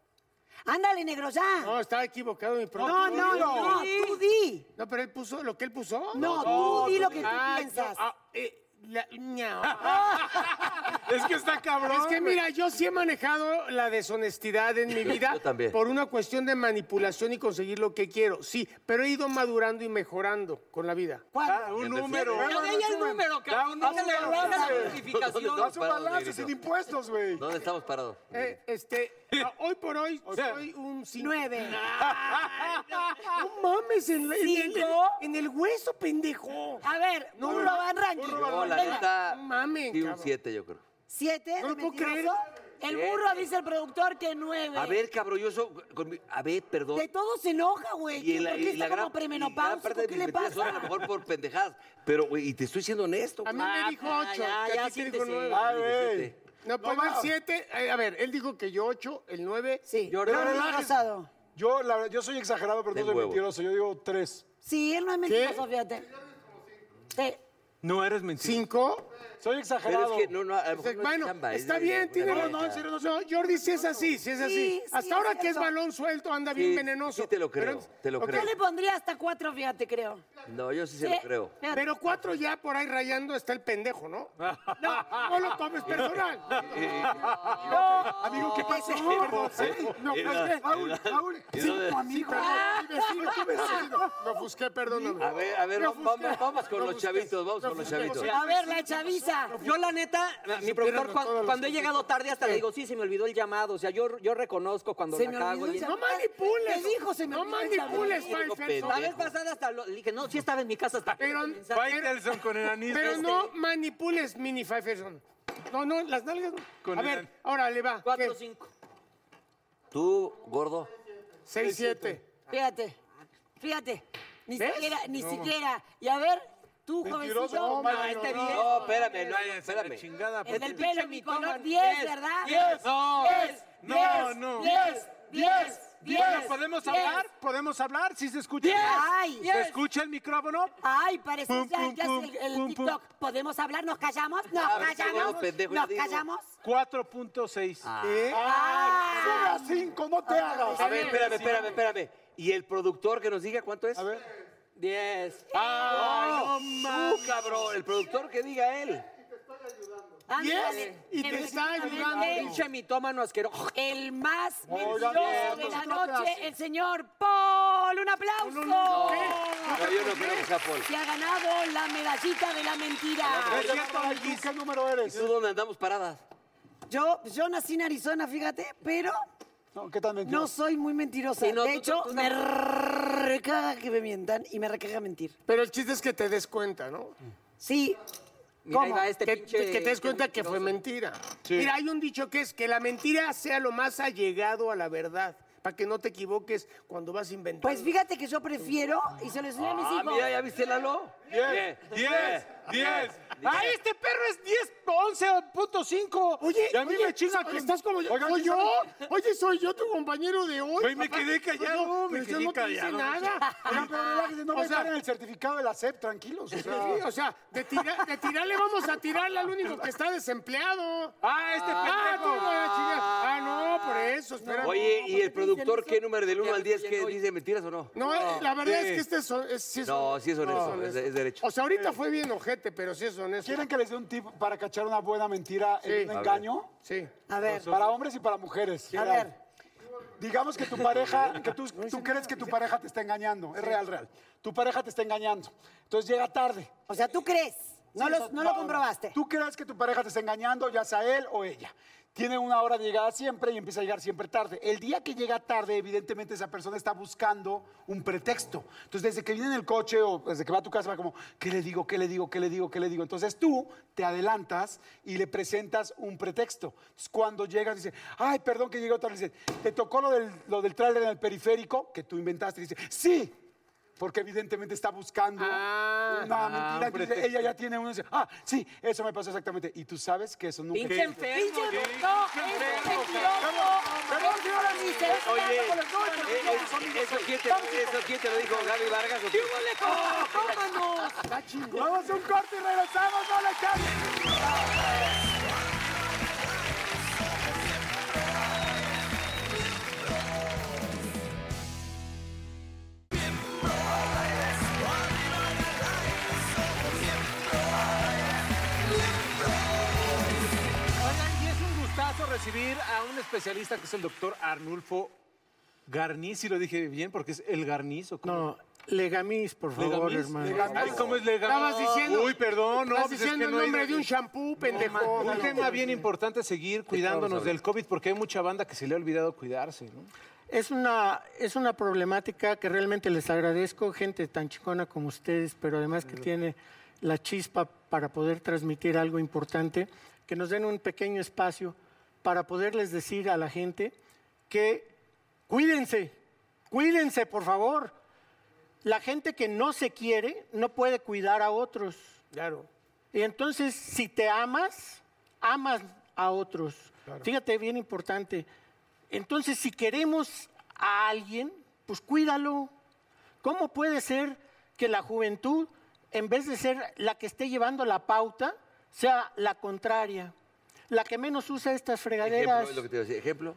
S5: Ándale, negro, ya.
S2: No, estaba equivocado mi propio.
S5: No, no, no, tú di.
S2: No, pero él puso lo que él puso.
S5: No, tú di lo que tú
S2: Ah,
S5: piensas.
S2: no, ah, eh, La- no.
S7: Es que está cabrón.
S2: Es que
S7: güey.
S2: mira, yo sí he manejado la deshonestidad en mi vida
S3: Yo también.
S2: por una cuestión de manipulación y conseguir lo que quiero, sí, pero he ido madurando y mejorando con la vida.
S7: Ah, un número.
S4: Pero de ahí el número,
S7: Da
S4: cabrón.
S7: un
S4: Bájale
S7: número,
S4: bájale la
S7: güey.
S3: ¿Dónde
S4: justificación.
S6: Haz un balance
S3: Negrito.
S6: sin impuestos, güey.
S3: ¿Dónde estamos parados?
S2: Eh, este, a- hoy por hoy soy un cinco.
S5: Nueve.
S2: No mames, en, la- en el,
S5: ¿Cinco?
S2: en el hueso, pendejo.
S5: A ver, un Roban Ranking.
S3: No, la
S5: Venga,
S3: neta.
S2: no mames,
S3: Sí, un
S2: cabrón.
S3: 7, yo creo.
S5: ¿Siete?
S2: No lo
S5: de
S2: puedo
S5: mentiroso? El burro dice el productor que nueve.
S3: A ver, cabrón, yo soy. con mi- A ver, perdón.
S5: De todo se enoja, güey.
S3: Y
S5: ¿Qué-
S3: en la-
S5: ¿Por
S3: y la
S5: qué está
S3: gran-
S5: como
S3: y gran
S5: premenopáusico?
S3: parte de
S5: ¿Qué
S3: mis
S5: le
S3: mentiras son
S5: pasa?
S3: a lo mejor por pendejadas. Pero, güey, y te estoy siendo honesto.
S2: A mí
S3: güey. Ah,
S2: me dijo
S4: ya,
S2: ocho,
S4: ya,
S2: que a
S4: ya
S2: ti te
S4: sí
S2: dijo
S4: te
S2: nueve.
S4: sé.
S6: Ay, Ah, güey.
S2: Ah, No, pues va el siete. eh, a ver, él dijo que yo ocho, el nueve.
S5: Sí,
S4: Yo
S5: pero
S4: no
S5: no es
S4: relajes.
S5: casado.
S6: Yo, la verdad, yo soy exagerado, pero
S3: Del
S6: no soy
S3: huevo.
S6: mentiroso. Yo digo tres.
S5: Sí, él no es mentiroso, fíjate. Sí.
S7: No eres mentiroso.
S2: Cinco.
S6: Soy
S3: Pero
S6: exagerado.
S3: es que no, no, a lo
S7: Pues,
S3: mejor no es
S2: Bueno,
S3: chamba, es
S2: está
S3: de-
S2: bien,
S3: de-
S2: tiene
S3: de-
S2: razón. No, en serio, no, no, Jordi sí es así, sí es así.
S5: Sí, sí,
S2: Hasta ahora
S5: es
S2: que es
S5: cierto.
S2: balón suelto, anda
S3: Sí,
S2: bien venenoso.
S3: sí te lo creo, te lo
S2: Ok,
S3: creo.
S5: Yo le pondría hasta cuatro, fíjate, creo.
S3: No, yo sí se lo creo.
S5: Fíjate.
S2: Pero cuatro ya por ahí rayando está el pendejo, ¿no? No, no lo tomes personal.
S6: Amigo, ¿qué pasó? Perdón, ¿eh? No, pues, ¿qué? Raúl, Raúl, cinco amigos.
S2: Mi vecino, tu vecino. Me ofusqué, perdóname.
S3: A ver, a ver,
S2: Me
S3: vamos,
S2: ofusqué.
S3: vamos, vamos con
S2: Me
S3: los
S2: ofusqué.
S3: chavitos, vamos
S2: Me
S3: con
S4: Pues,
S3: los
S2: ofusqué.
S3: chavitos.
S5: A ver, la chaviza.
S4: Yo, la neta, mi productor, cuan- cuando, he llegado tarde, hasta le digo, sí, se me olvidó el llamado. O sea, yo, yo reconozco cuando
S5: Se
S4: la
S5: me
S4: cago.
S5: olvidó
S4: y-
S5: el
S2: No
S5: ¿Qué
S2: manipules.
S5: dijo? Se me
S2: No
S5: olvidó el llamado.
S2: manipules,
S3: Digo,
S2: Faitelson.
S4: La vez pasada hasta lo- le dije, no, sí estaba en mi casa hasta.
S2: Pero,
S7: Faitelson con enanismo.
S2: pero no manipules, mini Faitelson. No, no, las nalgas. no.
S7: Con
S2: A ver,
S7: el-
S2: ahora le va.
S4: Cuatro, cinco.
S3: Tú, gordo,
S2: 6, 7.
S5: Fíjate, fíjate. Ni
S2: ¿Ves?
S5: siquiera, ni siquiera. Y a ver, tú,
S6: Mentiroso,
S5: jovencito.
S6: no,
S5: No,
S6: mano,
S5: este
S6: no.
S5: bien.
S3: No, espérame, no,
S7: Váyanse a la
S3: espérame.
S7: chingada,
S5: El
S8: Este
S5: del
S7: Pati.
S5: pelo, mi color 10, ¿verdad? 10,
S7: No,
S5: 10,
S7: no, no.
S5: 10, 10, 10.
S7: Bueno, ¿podemos hablar? ¿Podemos hablar? ¿Sí se escucha?
S5: Ay.
S7: ¿Se escucha el micrófono?
S5: Ay, parece
S7: Pum,
S5: ya,
S7: pum,
S5: ya es
S7: pum,
S5: el, el
S7: pum, pum.
S5: TikTok. ¿Podemos hablar? ¿Nos callamos? ¿Nos
S3: A
S7: Ah,
S3: ver,
S5: callamos?
S3: luego, pendejo, yo
S5: ¿Nos
S3: digo. Ah.
S5: callamos?
S7: 4.6. Ah,
S6: Sube a cinco, no te hagas.
S3: A ver, espérame, espérame, espérame. ¿Y el productor que nos diga cuánto es? A ver.
S4: Diez.
S3: Ah, no mames. cabrón, el productor que diga él.
S4: Ah,
S5: Ándale.
S2: Y te está ayudando.
S5: Efectivamente,
S4: Pinche mitómano asqueroso.
S5: El más
S6: Oigan,
S5: mentiroso de
S6: bien,
S5: la
S6: nosotros
S5: noche,
S6: gracias.
S5: el señor Paul. ¡Un aplauso!
S3: No, yo no creo que sea Paul.
S5: Se ha ganado la medallita de la mentira.
S6: Es cierto, ¿y tú ¿Qué número eres?
S3: ¿Tú dónde andamos paradas?
S5: Yo, yo nací en Arizona, fíjate, pero
S6: No, ¿Qué tan
S5: no
S6: mentiroso?
S5: soy muy mentirosa.
S4: Sí, no,
S5: de
S4: tú-
S5: hecho,
S4: tú- tú-
S5: me recaga que me mientan y me recaga mentir.
S2: Pero el chiste es que te des cuenta, ¿no?
S5: Sí,
S4: Mira, ahí
S5: ¿Cómo?
S4: va este
S2: Que,
S4: pinche.
S2: que te des cuenta que fue mentira. Mira, hay un dicho que es que la mentira sea lo más allegado a la verdad, para que no te equivoques cuando vas inventando.
S5: Pues fíjate que yo prefiero, y se lo enseñé a mis
S3: Ah,
S5: hijos.
S3: mira, ¿ya viste Lalo? Bien,
S7: ¡10! ¡10! ¡Ay, este perro es 10, 11.5!
S2: Oye,
S7: y a mí
S2: oye,
S7: me chinga
S2: oye,
S7: que...
S2: estás como yo.
S7: Oigan,
S2: soy
S7: ¿quién
S2: yo. Oye, soy yo tu compañero de hoy.
S7: Güey, me
S2: papá.
S7: quedé callado,
S2: Oye,
S7: me
S2: pero
S7: quedé
S2: yo no te hice
S7: callado.
S2: nada.
S6: Oigan, pero relájense, no
S2: O
S6: me
S2: sea-
S6: en el certificado de la SEP, tranquilos. O sea,
S2: Sí, o sea, de, tira- de tirarle vamos a tirarle al único que está desempleado.
S7: ¡Ah, este
S2: Ah, tú,
S7: pendejo!
S2: la chingada. Ah, no, por eso, espérame.
S3: Oye, ¿y el productor qué número del 1
S4: Ya
S3: al
S4: me
S3: 10 que
S4: llenó hoy.
S3: dice mentiras o no?
S2: No, eh, la verdad
S7: Sí.
S2: es que este es, hon- es- sí es
S3: No,
S2: honesto.
S3: sí es honesto, es, es derecho.
S2: O sea, ahorita fue bien ojete, pero sí es honesto.
S6: ¿Quieren que les dé un tip para cachar una buena mentira
S2: Sí.
S6: en
S2: A
S6: un
S2: ver.
S6: engaño?
S2: Sí.
S5: A ver,
S6: Para hombres y para mujeres.
S5: a ver.
S6: Digamos que tu pareja, que tú, tú crees que tu pareja te está engañando. Es real, real. Tu pareja te está engañando. Entonces llega tarde.
S5: O sea, tú crees, no,
S6: Sí,
S5: lo,
S6: o sea,
S5: no lo comprobaste.
S6: Tú crees que tu pareja te está engañando, ya sea él o ella. Tiene una hora de llegada siempre y empieza a llegar siempre tarde. El día que llega tarde, evidentemente esa persona está buscando un pretexto. Entonces, desde que viene en el coche o desde que va a tu casa, va como, ¿qué le digo? ¿Qué le digo? ¿Qué le digo? ¿Qué le digo? Entonces tú te adelantas y le presentas un pretexto. Entonces, cuando llegas, dice, ay, perdón que llegué tarde. Dice, ¿te tocó lo del, lo del tráiler en el periférico que tú inventaste? Dice, sí. Porque evidentemente está buscando
S2: Ah.
S6: una mentira. Entonces, ella ya tiene uno y dice, ah, sí, eso me pasó exactamente. Y tú sabes que eso nunca...
S4: Pinche enfermo.
S5: ¡Pinche
S4: güey.
S5: no, es mentiroso!
S3: Oye, eh, eh, ¿eso quién te, eso quién te lo dijo? ¿Gaby Vargas o tú?
S9: eh.
S6: Vamos a un corte y regresamos, no le cambies.
S1: Miembros,
S7: recibir a un especialista que es el doctor Arnulfo Garniz, si lo dije bien, porque es el Garniz. ¿o cómo?
S9: No, legamis, por favor,
S7: ¿Legamis?
S9: hermano.
S7: Ay, ¿cómo es legal?
S2: Estabas diciendo-
S7: Uy, perdón, no.
S2: Estás
S7: pues es
S2: diciendo
S7: que
S2: el
S7: no hay-
S2: nombre de un shampoo, pendejo.
S7: Un tema bien importante es seguir cuidándonos del COVID porque hay mucha banda que se le ha olvidado cuidarse, ¿no?
S9: Es una, es una problemática que realmente les agradezco, gente tan chicona como ustedes, pero además que tiene la chispa para poder transmitir algo importante, que nos den un pequeño espacio para poderles decir a la gente que cuídense, cuídense, por favor. La gente que no se quiere no puede cuidar a otros.
S2: Claro.
S9: Y entonces, si te amas, amas a otros. Fíjate, bien importante. Entonces, si queremos a alguien, pues cuídalo. ¿Cómo puede ser que la juventud, en vez de ser la que esté llevando la pauta, sea la contraria? La que menos usa estas
S3: Ejemplo,
S9: fregaderas,
S3: es lo que te iba a decir. Ejemplo.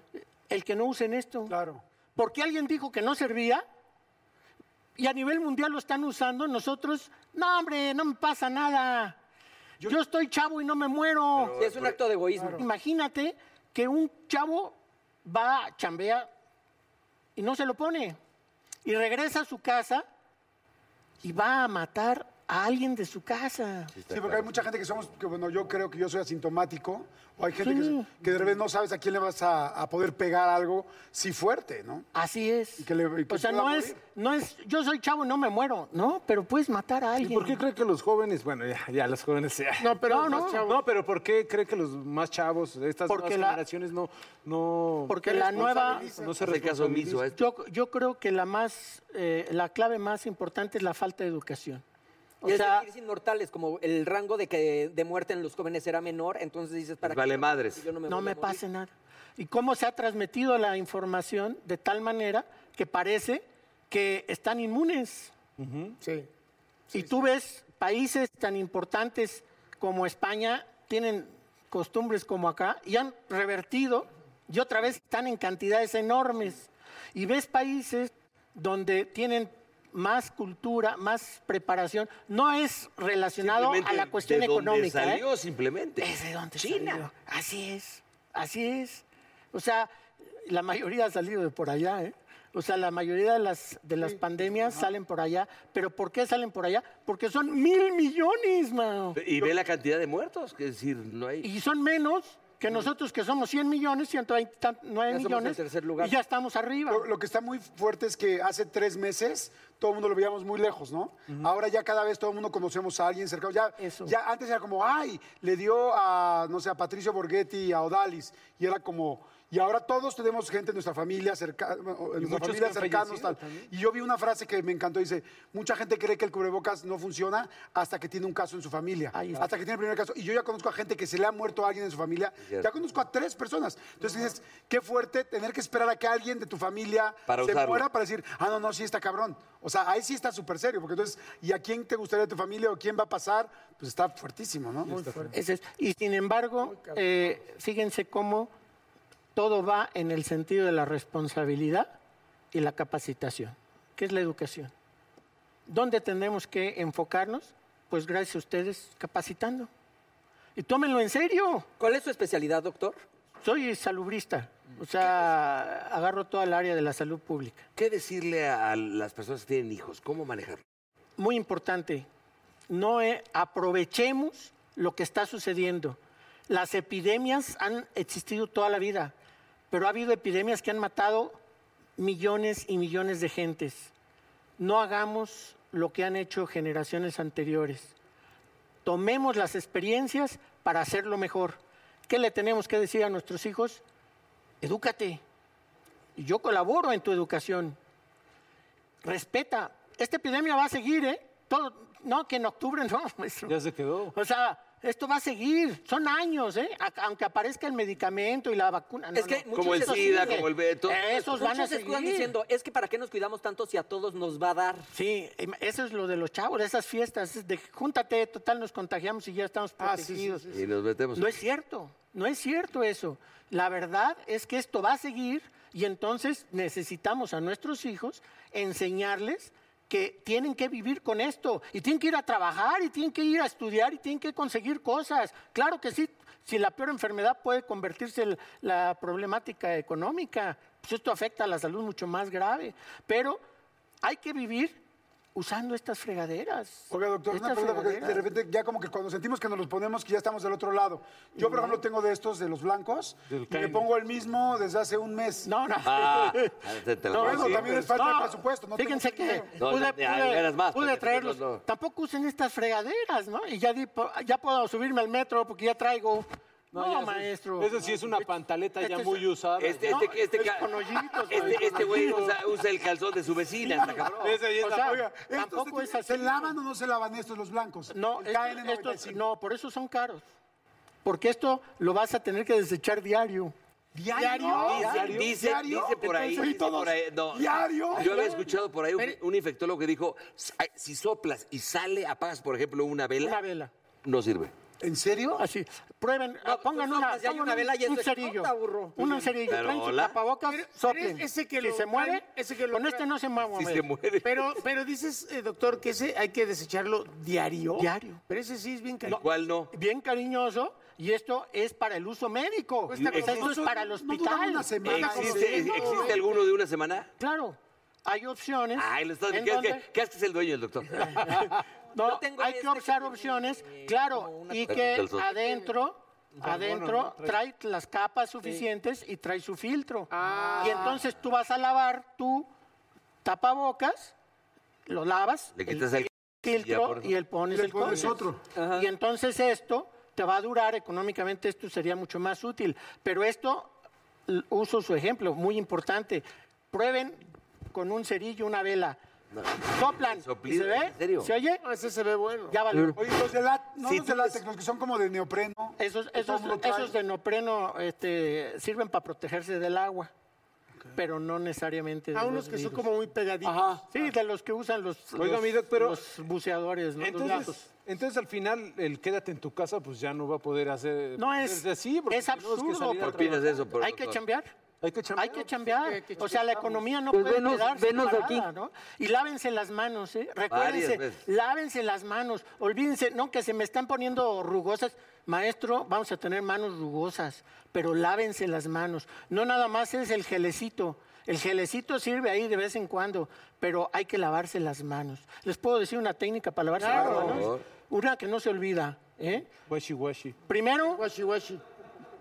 S9: el que no usen esto.
S6: Claro.
S9: Porque alguien dijo que no servía y a nivel mundial lo están usando, nosotros, no hombre, no me pasa nada. Yo, estoy chavo y no me muero.
S4: Sí, es un acto de egoísmo.
S9: Imagínate que un chavo va, chambea y no se lo pone. Y regresa a su casa y va a matar a alguien de su casa.
S6: Sí, porque hay mucha gente que somos, que bueno, yo creo que yo soy asintomático, o hay gente que, que de repente no sabes a quién le vas a, a poder pegar algo, si fuerte, ¿no?
S9: Así es.
S6: Y que le- y que
S9: o sea,
S6: pueda
S9: no es,
S6: morir.
S9: no es, yo soy chavo y no me muero, ¿no? Pero puedes matar a
S7: ¿Y
S9: alguien.
S7: por qué cree que los jóvenes, bueno, ya, ya los jóvenes... ya.
S9: No, pero los más
S7: no,
S9: chavos.
S7: no, pero ¿por qué cree que los más chavos, estas
S9: Porque
S7: nuevas
S9: la-
S7: generaciones no, no,
S9: Porque la nueva,
S7: no se
S3: Hace caso
S7: responsabilizan?
S3: omiso a esto.
S9: Yo, yo creo que la más, eh, la clave más importante es la falta de educación. O
S4: Y es
S9: sea,
S4: decir, sin mortales, como el rango de que de muerte en los jóvenes era menor, entonces dices para
S3: Pues vale
S4: qué-
S3: madres.
S4: yo no me,
S9: no
S4: voy a
S9: me
S4: morir.
S9: pase nada. Y cómo se ha transmitido la información de tal manera que parece que están inmunes.
S2: Sí.
S9: y tú ves países tan importantes como España, tienen costumbres como acá y han revertido y otra vez están en cantidades enormes. Y ves países donde tienen más cultura, más preparación. No es relacionado a la
S3: Simplemente
S9: cuestión
S3: de dónde
S9: económica. ¿eh?
S3: salió, simplemente.
S9: Es de donde
S3: China.
S9: salió. Así es, así es. O sea, la mayoría ha salido de por allá, ¿eh? O sea, la mayoría de las, de las pandemias salen por allá. ¿Pero por qué salen por allá? Porque son mil millones, mano.
S3: Y ve la cantidad de muertos, que es decir, no hay...
S9: Y son menos que nosotros que somos 100 millones, 129
S4: Ya somos
S9: millones.
S4: el tercer lugar.
S9: Y ya estamos arriba.
S6: Lo, lo que está muy fuerte es que hace tres meses todo el mundo lo veíamos muy lejos, ¿no? Ahora ya cada vez todo el mundo conocemos a alguien cercano. Ya,
S9: Eso.
S6: ya antes era como, ay, le dio a, no sé, a Patricio Borghetti y a Odalis. Y era como, y ahora todos tenemos gente en nuestra familia, cerca, bueno, en nuestra
S7: muchos
S6: familia
S7: que han
S6: cercanos.
S7: fallecido
S6: tal. Y yo vi una frase que me encantó, dice, mucha gente cree que el cubrebocas no funciona hasta que tiene un caso en su familia.
S9: Ahí está.
S6: Hasta que tiene el primer caso. Y yo ya conozco a gente que se le ha muerto a alguien en su familia.
S3: cierto.
S6: Ya conozco a tres personas. Entonces dices, qué fuerte tener que esperar a que alguien de tu familia
S3: Para
S6: se
S3: usarlo.
S6: muera para decir, ah, no, no, sí está cabrón. O sea, ahí sí está súper serio, porque entonces, ¿y a quién te gustaría de tu familia o quién va a pasar? Pues está fuertísimo, ¿no?
S9: Ese es- Y sin embargo, eh, fíjense cómo todo va en el sentido de la responsabilidad y la capacitación, que es la educación. ¿Dónde tendremos que enfocarnos? Pues gracias a ustedes, capacitando. Y tómenlo en serio.
S4: ¿Cuál es su especialidad, doctor? Mm.
S9: Soy salubrista, o sea, agarro toda el área de la salud pública.
S3: ¿Qué decirle a, a las personas que tienen hijos? ¿Cómo manejarlo?
S9: muy importante. No eh, aprovechemos lo que está sucediendo. Las epidemias han existido toda la vida, pero ha habido epidemias que han matado millones y millones de gentes. No hagamos lo que han hecho generaciones anteriores. Tomemos las experiencias para hacerlo mejor. ¿Qué le tenemos que decir a nuestros hijos? Edúcate. Y yo colaboro en tu educación respeta. Esta epidemia va a seguir, ¿eh? Todo, no, que en octubre no, maestro.
S7: Ya se quedó.
S9: O sea, esto va a seguir. Son años, ¿eh? A- aunque aparezca el medicamento y la vacuna. no,
S4: Es que
S9: no.
S4: muchos Como el
S9: Esto
S3: SIDA,
S9: sigue.
S3: como el Beto.
S9: Esos van a
S4: Muchos
S9: seguir.
S4: están diciendo, es que para qué nos cuidamos tanto si a todos nos va a dar.
S9: Sí, em, eso es lo de los chavos, esas fiestas, es de júntate, total nos contagiamos y ya estamos
S8: Ah,
S9: protegidos.
S3: Y nos metemos...
S9: No es cierto, no es cierto eso. La verdad es que esto va a seguir y entonces necesitamos a nuestros hijos enseñarles que tienen que vivir con esto y tienen que ir a trabajar y tienen que ir a estudiar y tienen que conseguir cosas. Claro que sí, si la peor enfermedad puede convertirse en la problemática económica, pues esto afecta a la salud mucho más grave, pero hay que vivir usando estas fregaderas.
S6: Oiga, doctor, una
S9: Estas
S6: pregunta, porque de
S9: fregaderas.
S6: repente ya como que cuando sentimos que nos los ponemos, que ya estamos del otro lado. Yo, por ejemplo, tengo de estos, de los blancos,
S7: Del
S6: y me
S7: Kaiser.
S6: pongo el mismo desde hace un mes. No, no.
S3: Ah, te- te lo
S6: No,
S3: pongo
S6: bueno,
S3: siempre.
S6: también es falta de
S9: No,
S6: presupuesto. No
S9: Fíjense
S6: tengo
S9: que
S6: dinero.
S3: No,
S9: pude,
S3: ya- ya
S9: pude-
S3: ganas más,
S9: pude
S3: pero
S9: traerlos.
S3: no, no.
S9: Tampoco usen estas fregaderas, ¿no? Y ya, di- ya puedo subirme al metro porque ya traigo. No,
S7: ya sé.
S9: maestro.
S7: Esa sí es una pantaleta ya
S9: Este es-
S7: muy usada.
S3: Este,
S7: ya.
S3: este, este,
S9: es
S3: ca-
S9: con hoyitos, güey,
S3: este,
S9: con
S3: este güey
S9: hoyitos.
S3: usa, usa el calzón de su vecina, está cabrón.
S7: Esa ya es
S9: o
S7: la-
S9: sea,
S6: Oiga, estos
S9: tampoco
S6: se-
S9: es así.
S6: ¿Se lavan o no se lavan estos los blancos?
S9: No,
S6: El
S9: esto-
S6: KN95.
S9: estos- no, por eso son caros. Porque esto lo vas a tener que desechar diario.
S6: ¿Diario?
S3: Dice,
S6: ¿Diario?
S3: dice,
S6: ¿Diario?
S3: dice por ahí,
S6: Entonces,
S3: dice por ahí, no.
S6: ¿Diario?
S3: Yo había escuchado por ahí un, un infectólogo que dijo, "Si- ay, si soplas y sale, apagas, por ejemplo, una vela,
S9: Una vela.
S3: no sirve.
S6: ¿En serio?
S9: Así. Prueben, ah, pongan
S3: pues,
S4: tú
S9: una,
S4: soplas y hay
S9: pongan
S4: una vela y
S9: un
S4: eso
S9: cerillo.
S4: explota, burro.
S9: Un cerillo.
S3: Pero,
S9: Traen su
S3: hola.
S9: tapabocas,
S2: Pero- pero
S9: soplen.
S2: es ese que
S9: si
S2: lo
S9: se mueve,
S2: traen- ese que lo
S9: con
S2: traen.
S9: este no se mueve.
S3: Si se muere.
S2: Pero, pero dices, eh, doctor, que ese hay que desecharlo diario.
S9: Diario.
S2: Pero ese sí es bien caro.
S3: Igual ¿Cuál no?
S9: bien cariñoso y esto es para el uso médico.
S8: Pues
S2: Cuesta
S9: O sea,
S2: como-
S9: esto es para el
S6: no dura
S9: hospital.
S6: una semana. Manda como
S3: ¿Existe,
S6: ciento,
S3: ¿existe
S6: güey.
S3: alguno de una semana?
S9: Claro, hay opciones.
S3: Ay, lo estás
S9: en
S3: ¿qué, haces
S9: donde-
S3: que- qué haces que es el dueño, el doctor?
S9: No,
S4: Yo tengo
S9: hay
S4: este
S9: que usar
S4: que tiene,
S9: opciones,
S4: eh, como
S9: claro,
S4: una
S9: y
S3: cosa-
S9: que
S3: Calzón.
S9: adentro, adentro trae las capas suficientes y trae su filtro. Y entonces tú vas a lavar tu tapabocas, lo lavas,
S3: Le
S9: el
S3: quitas el... ya
S9: filtro
S3: por-
S9: y el pones
S6: le
S9: el
S6: pones
S9: coche.
S6: otro.
S9: Y entonces esto te va a durar económicamente, esto sería mucho más útil. Pero esto, l- uso su ejemplo, muy importante. Prueben con un cerillo una vela. Soplan. ¿Y
S3: Soplido,
S9: ¿Se ve?
S3: ¿en serio?
S9: ¿Se oye?
S2: No, Ah, ese se ve bueno.
S9: Ya valió.
S6: Oye, los de la, no
S3: Si
S6: los de
S3: tú
S6: látex, los que son como de neopreno.
S9: Esos,
S6: que todo
S9: esos,
S6: mundo trae.
S9: esos de nopreno este, sirven para protegerse del agua, pero no necesariamente de
S2: A
S9: los
S2: unos que son
S9: virus.
S2: como muy pegaditos. Ah.
S7: Ajá.
S9: Sí, de los que usan los,
S7: Oiga,
S9: los-
S7: mi doc, pero-
S9: los buceadores, ¿no? Los gatos.
S7: Entonces, entonces al final el quédate en tu casa pues ya no va a poder hacer
S9: No es,
S7: así porque
S9: es
S7: tenemos que
S9: absurdo.
S7: salir a
S3: ¿Por qué opinas de eso,
S9: Hay que
S3: doctor?
S9: chambear.
S7: Hay que chambear.
S9: Hay que chambear. O sea, la economía no
S4: Pues
S9: puede
S4: venos-
S9: quedarse
S4: venos
S9: parada,
S4: aquí.
S9: ¿no? Y lávense las manos, ¿eh? Recuérdense,
S3: Varias veces.
S9: lávense las manos. Olvídense, no, que se me están poniendo rugosas. Maestro, vamos a tener manos rugosas, pero lávense las manos. No nada más es el gelecito. El gelecito sirve ahí de vez en cuando, pero hay que lavarse las manos. Les puedo decir una técnica para lavarse las manos.
S3: favor.
S9: Una que no se olvida, ¿eh?
S7: Washi, washi.
S9: Primero,
S2: Washi, washi.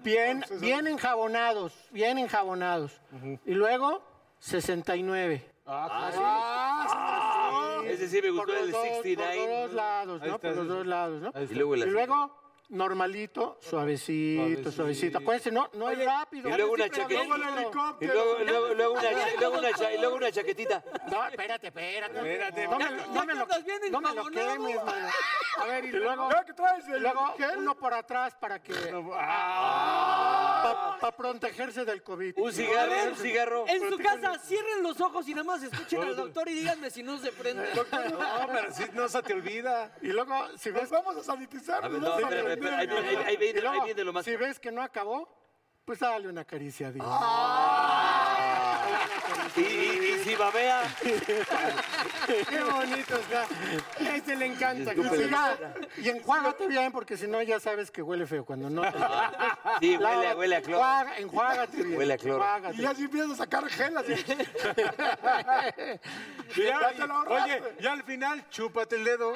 S9: Bien, bien enjabonados, bien enjabonados. Y luego, 69.
S2: Ah,
S3: Ah,
S9: Ah,
S3: Ese sí me
S9: Por
S3: gustó,
S9: los,
S3: el
S9: dos, por
S3: 69.
S9: los lados,
S7: Ahí
S9: ¿no?
S7: está,
S9: por los
S7: sí, sí.
S9: dos lados, ¿no?
S7: Ahí
S3: Y luego
S9: Y
S3: la-
S9: luego, normalito, suavecito, suavecito.
S7: Suavecito.
S9: Acuérdense, no, no es rápido.
S3: y luego una
S9: Acuérdense,
S3: chaqueta.
S9: pero
S3: Y
S9: luego-
S3: Y luego, luego, luego una, cha- luego, una, cha- y luego una chaquetita.
S9: No, espérate, espérate.
S7: Espérate,
S9: no, me,
S4: ya-
S9: lo-
S4: ya
S9: no me lo,
S4: andas bien
S9: no me lo
S4: enjabonado.
S9: quemes, mano. A ver, y luego,
S6: ¿Qué traes?
S9: y
S6: el
S9: luego
S6: gel?
S9: uno por atrás para que... Para protegerse del COVID.
S3: Un cigarro, un cigarro.
S4: En su casa, cierren los ojos y nada más escuchen al doctor y díganme si no se prende.
S7: No, pero sí, no se te olvida.
S9: Y luego, si
S6: Nos
S9: ves
S6: vamos a sanitizar.
S3: A ver,
S6: nos
S3: no,
S6: vamos a
S3: espérame, espérame, ahí viene, ahí- ahí
S9: Y
S3: viene- ahí
S9: luego,
S3: viene lo más.
S9: Si ves que no acabó, pues dale una acariciadita.
S3: Ah. Y, y, y si babea,
S9: Qué bonito está.
S2: Este le encanta.
S9: Y, si ya- y enjuágate bien, porque si no ya sabes que huele feo cuando no.
S3: sí, huele, a- huele a cloro.
S9: Enjuaga- enjuágate bien.
S3: Huele a cloro.
S9: enjuágate.
S6: Y ya sí empiezas a sacar gel así.
S7: Ya,
S6: Ya te lo ahorraste.
S7: oye, ya al final, chúpate el dedo.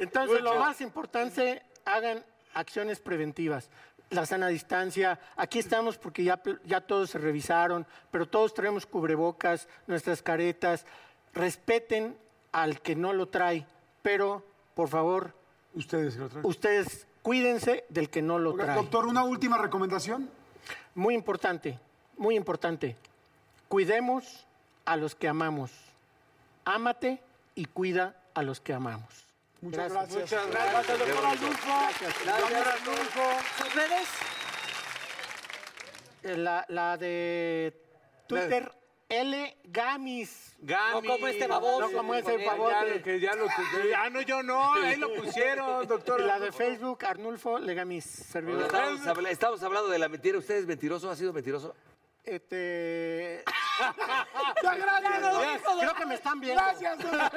S9: Entonces, lo más importante, hagan acciones preventivas. La sana distancia. Aquí estamos porque ya, pl- ya todos se revisaron, pero todos traemos cubrebocas, nuestras caretas. Respeten al que no lo trae, pero por favor,
S6: Ustedes lo traen.
S9: ustedes cuídense del que no lo
S6: Oiga,
S9: trae.
S6: Doctor, una última recomendación.
S9: Muy importante, muy importante. Cuidemos a los que amamos. Ámate y cuida a los que amamos.
S6: Muchas gracias.
S7: Muchas gracias, doctor
S4: ¿Sus redes?
S9: Eh, La, la de Twitter, L. Gamis.
S7: Gami.
S4: No como este babote.
S9: No como ese
S7: Ya
S9: babote.
S7: lo que ya lo que. Ah, no, yo no. Ahí lo pusieron, doctor.
S9: Y la de Facebook, Arnulfo Legamis. Servidor.
S3: Estamos, habla- estamos hablando de la mentira. ¿Usted es mentiroso? ¿Ha sido mentiroso?
S9: Este.
S6: Ya, gracias,
S9: Ya,
S6: Rodolfo.
S9: Creo que me están viendo.
S6: Gracias, Rodolfo.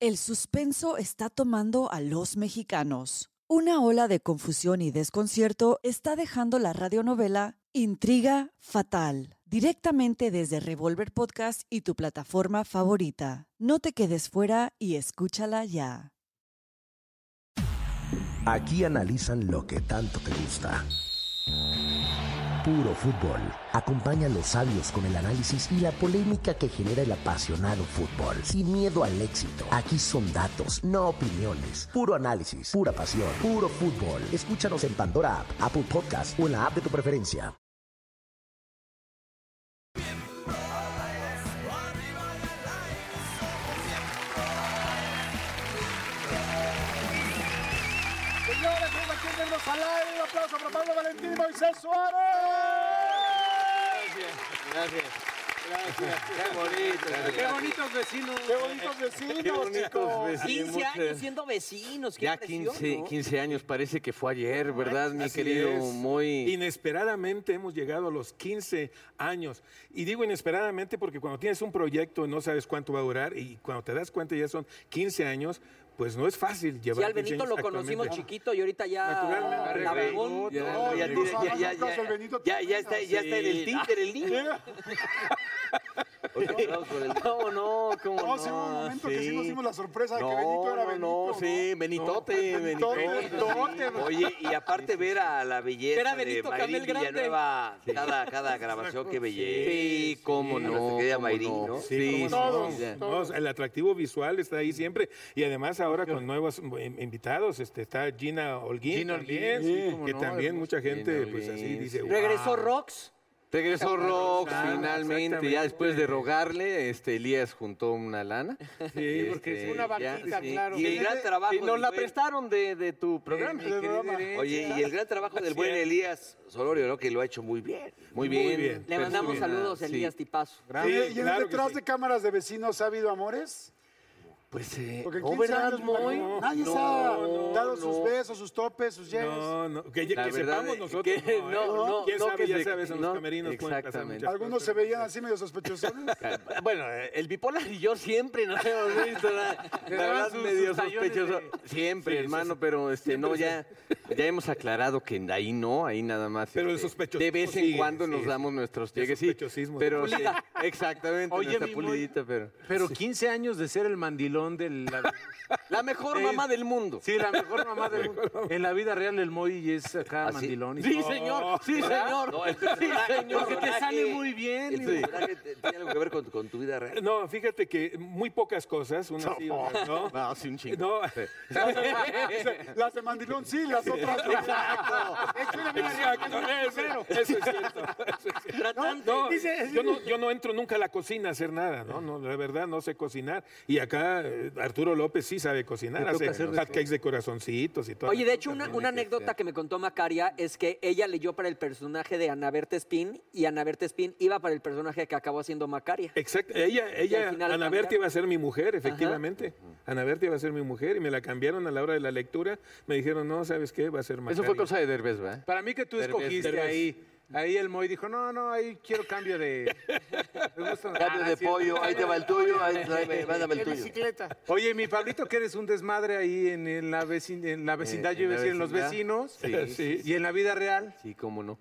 S10: El suspenso está tomando a los mexicanos. Una ola de confusión y desconcierto está dejando la radionovela Intriga Fatal, directamente desde Revolver Podcast y tu plataforma favorita. No te quedes fuera y escúchala ya.
S11: Aquí analizan lo que tanto te gusta. Puro fútbol. Acompaña a los sabios con el análisis y la polémica que genera el apasionado fútbol. Sin miedo al éxito. Aquí son datos, no opiniones. Puro análisis, pura pasión, puro fútbol. Escúchanos en Pandora App, Apple Podcast o en la app de tu preferencia.
S6: Señores, vamos aquí tenemos al aire. Un aplauso para Pablo Valentín y Moisés Suárez.
S3: Gracias. Gracias. Qué bonito.
S7: Qué bonitos vecinos.
S6: Qué bonitos vecinos,
S7: Qué bonitos
S6: chicos.
S7: vecinos.
S4: 15 años siendo vecinos, qué
S7: Ya
S4: impresión,
S7: 15,
S4: ¿no?
S7: 15 años, Pues parece que fue ayer, ¿verdad, mi
S12: Así
S7: querido?
S12: es.
S7: Muy.
S12: Inesperadamente hemos llegado a los 15 años. Y digo inesperadamente porque cuando tienes un proyecto no sabes cuánto va a durar y cuando te das cuenta ya son 15 años, pues no es fácil llevar
S4: Sí, al
S12: 15
S4: Benito
S12: años
S4: lo conocimos
S12: actualmente.
S4: chiquito y ahorita ya.
S12: Naturalmente,
S4: la
S12: güey.
S4: vagón.
S12: Ya,
S4: No,
S12: ya tiene-
S4: no,
S12: ya-
S4: no, no,
S12: ya-
S4: no,
S12: ya-
S4: no,
S12: ya- ya está- ya está en el Tinder el niño.
S7: No, no, cómo no.
S6: No, Oh, sí hubo un momento que sí nos dimos la sorpresa de que
S7: No,
S6: Benito era
S7: no,
S6: Benito.
S7: no,
S3: Sí, Benitote,
S6: No,
S3: Benitote.
S6: Benitote,
S3: sí. Oye, y aparte ver a la belleza
S4: Era
S3: de
S4: Benito Camel
S3: Mayrín
S4: Grande.
S3: Villanueva, cada, cada grabación, qué belleza.
S12: Sí,
S3: cómo no,
S12: Nuestra Ah, querida Mayrín, ¿no? Sí,
S3: cómo no.
S12: sí, sí. No, el atractivo visual está ahí siempre. Y además ahora con nuevos eh, invitados, este, está Gina Holguín
S7: Gina
S12: también,
S7: Holguín, sí, cómo
S12: que
S7: no,
S12: también
S7: hermosa
S12: mucha gente
S7: Gina
S12: pues así
S7: Holguín,
S12: dice,
S7: sí.
S12: "Wow".
S4: Regresó Rox.
S7: Regresó Rox
S12: Ah,
S7: finalmente, ya
S12: exactamente.
S7: después de rogarle, este Elías juntó una lana.
S12: Sí, porque
S7: Este,
S12: es una
S7: ya,
S12: vaquita,
S7: sí.
S12: claro.
S7: Y el gran trabajo.
S3: Y
S7: nos la prestaron de, de tu
S3: programa.
S7: programa.
S3: Oye, y el gran trabajo del buen Elías Solorio, ¿no? Que lo ha hecho muy bien. Muy bien.
S4: Le mandamos saludos, Elías Tipazo.
S6: ¿Y, y en detrás de cámaras de vecinos ha habido amores?
S7: Pues, eh,
S6: Porque en
S12: no,
S6: 15
S12: ¿verdad,
S6: años me
S12: Moy?
S6: imagino, nadie
S12: No,
S6: se ha
S12: no,
S6: dado
S12: no.
S6: sus besos, sus topes, sus llegues.
S12: No, no, que, ya-
S7: La
S12: que
S7: verdad
S12: sepamos
S7: es
S12: nosotros.
S7: que
S12: no, ¿eh?
S7: no, no,
S12: ¿Quién
S7: no
S12: sabe?
S7: que
S12: ya
S7: se-
S12: sabes, en
S7: no,
S12: los camerinos pueden pasar
S7: exactamente.
S12: muchas
S6: Algunos se veían así medio sospechosos.
S7: Bueno, eh, el bipolar y yo siempre nos hemos visto, la,
S3: Se
S7: la
S3: daban
S7: verdad,
S3: sus-
S7: medio
S3: sus tallones
S7: sospechoso.
S3: de-
S7: Siempre,
S3: Sí, sí,
S7: hermano,
S3: sí.
S7: pero este,
S3: Siempre
S7: no,
S3: se-
S7: ya, ya hemos aclarado que ahí no, ahí nada más.
S12: Pero el
S7: este,
S12: sospechoso
S7: De vez en
S12: sigue,
S7: cuando
S12: sí,
S7: nos
S12: sí.
S7: damos nuestros
S12: El
S7: llegues, sí.
S12: sospechosismo.
S7: Pero sí,
S12: Pulida.
S7: exactamente,
S12: Oye,
S7: nuestra
S12: mi Moy,
S7: pulidita, pero.
S12: pero
S7: 15 años de ser el mandilón de la.
S3: La mejor mamá del mundo.
S7: Sí, la mejor mamá del mundo. En la vida real el Moy es acá
S3: Así-
S7: mandilón. y
S3: ¿Ah, Sí,
S7: todo.
S3: señor, sí,
S7: ¿Verdad?
S3: señor.
S7: No, el personaje, Porque te sale muy bien.
S3: El personaje te- tiene algo que ver con, con tu vida real.
S12: No, fíjate que muy pocas cosas, una sí, otra no.
S7: No, sí, un chingo.
S12: No,
S6: Las de Mandilón sí, las otras no.
S12: Exacto, eso, eso es cierto. eso es cierto. No, no,
S2: Dice-
S12: yo, no, yo no entro nunca a la cocina a hacer nada, ¿no? no la verdad, no sé cocinar. Y acá eh, Arturo López sí sabe cocinar,
S7: Le toca
S12: hace
S7: hacer de
S12: hotcakes de corazoncitos y todo.
S4: Oye, de hecho, una, una anécdota que me contó Macaria es que ella leyó para el personaje de Ana Berta Spin y Ana Berta Spin iba para el personaje que acabó haciendo Macaria.
S12: Exacto, ella,
S4: Y
S12: ella,
S4: al final la
S12: Ana Berta
S4: cambiaron.
S12: iba a ser mi mujer, efectivamente. Ana Berta iba a ser mi mujer y me la cambiaron a la hora de la lectura. Me dijeron, no, ¿sabes qué? Va a ser más.
S7: Eso fue cosa de Derbez, ¿verdad? Para mí que tú
S12: Derbez,
S7: escogiste
S12: Derbez.
S7: ahí Ahí el Moy dijo, no, no, ahí quiero cambio de... me gusta- Ah,
S3: Cambio de
S7: sí,
S3: pollo, ahí te va el tuyo, ahí tráeme, mándame el
S7: De
S3: tuyo.
S7: bicicleta. Oye, mi Pablito, que eres un desmadre ahí en, en la, vecin- en la vecindad,
S8: Eh,
S7: yo iba a
S8: en la
S7: decir, en los
S8: vecindad.
S7: vecinos,
S8: Sí, sí,
S7: y en la vida real.
S8: Sí, cómo no.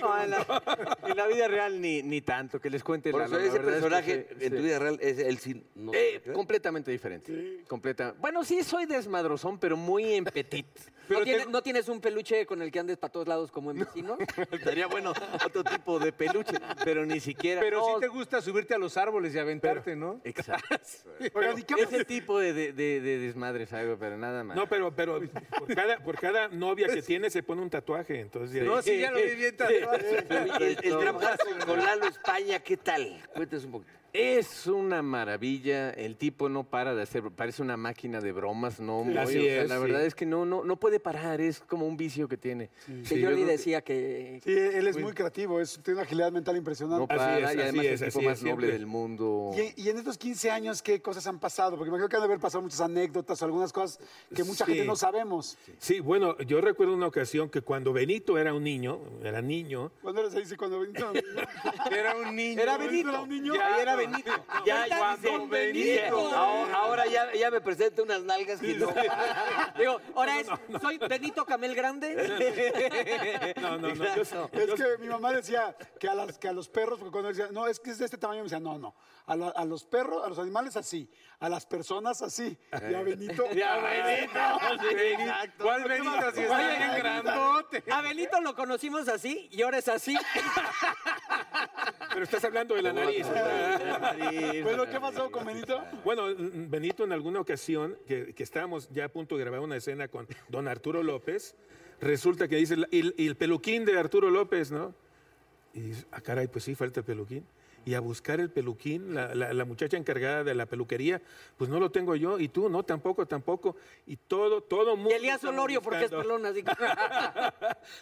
S7: No, en la-
S8: En la vida real ni, ni tanto, que les cuente
S3: Por
S8: la,
S3: eso
S8: la
S3: ese
S8: verdad es que
S3: personaje
S8: se-
S3: en tu
S8: se-
S3: vida real es el sin. no-
S8: Eh, completamente diferente. Completa- Bueno, sí, soy desmadrozón, pero muy en petit.
S4: ¿No, tiene- no tienes un peluche con el que andes para todos lados como en vecino?
S8: Estaría bueno otro tipo de peluche, pero ni siquiera.
S7: Pero
S8: no,
S7: sí te gusta subirte a los árboles y aventarte, ¿no?
S8: Exacto. Ese tipo de, de, de- de desmadres algo, pero nada más.
S12: No, pero, pero por, cada, por cada novia que tiene se pone un tatuaje. Entonces, ya-
S3: No, sí, ya lo vi bien tatuado. El- el trabajar con- con Lalo
S8: España, ¿qué tal? Cuéntanos un poquito. Es una maravilla, el tipo no para de hacer, parece una máquina de bromas, ¿no?
S4: Sí,
S8: Moy?
S4: así
S8: O sea,
S4: es,
S8: la
S4: sí.
S8: verdad es que no, no, no puede parar, es como un vicio que tiene.
S4: Que yo ni decía que...
S6: Sí, él es muy creativo, es, tiene una agilidad mental impresionante.
S8: No para, y además es el tipo más noble del mundo.
S6: Y, y en estos 15 años, ¿qué cosas han pasado? Porque me creo que han de haber pasado muchas anécdotas o algunas cosas que mucha
S12: Sí.
S6: gente no sabemos.
S12: Sí, bueno, yo recuerdo una ocasión que cuando Benito era un niño, era niño,
S6: ¿Cuándo les dice cuando Benito?
S7: Era un niño.
S12: Era
S6: Benito.
S12: Era un niño.
S6: Ya,
S3: Ahí era Benito. Ya, ya
S12: Cuando
S3: dice,
S12: Benito.
S3: dice, ahora, ahora ya, ya me presenta unas nalgas que no.
S4: Digo, ahora es, soy Benito Camel Grande.
S12: No, no, no. yo-
S6: Es que mi mamá decía que a, las- que a los perros, porque cuando decía, no, es que es de este tamaño, me decía, no, no. A, la- a los perros, a los animales así, a las personas así, y a Benito.
S8: Y a Benito, sí,
S6: Benito.
S8: exacto. ¿Cuál Benito? Si está
S6: Oye,
S8: bien
S6: Benito.
S8: grandote.
S4: A Benito lo conocimos así y ahora es así.
S12: Pero estás hablando de la nariz.
S6: Bueno, ¿qué pasó con Benito?
S12: Bueno, Benito en alguna ocasión, que, que estábamos ya a punto de grabar una escena con don Arturo López, resulta que dice, y, el- y el peluquín de Arturo López, ¿no? Y dice, ah, caray, pues sí, falta el peluquín. Y a buscar el peluquín, la, la- la muchacha encargada de la peluquería, pues no lo tengo yo, y tú, no, tampoco, tampoco. Y todo, todo mundo.
S4: Y Elías
S12: estamos
S4: Olorio porque es
S12: buscando.
S4: pelón, así que...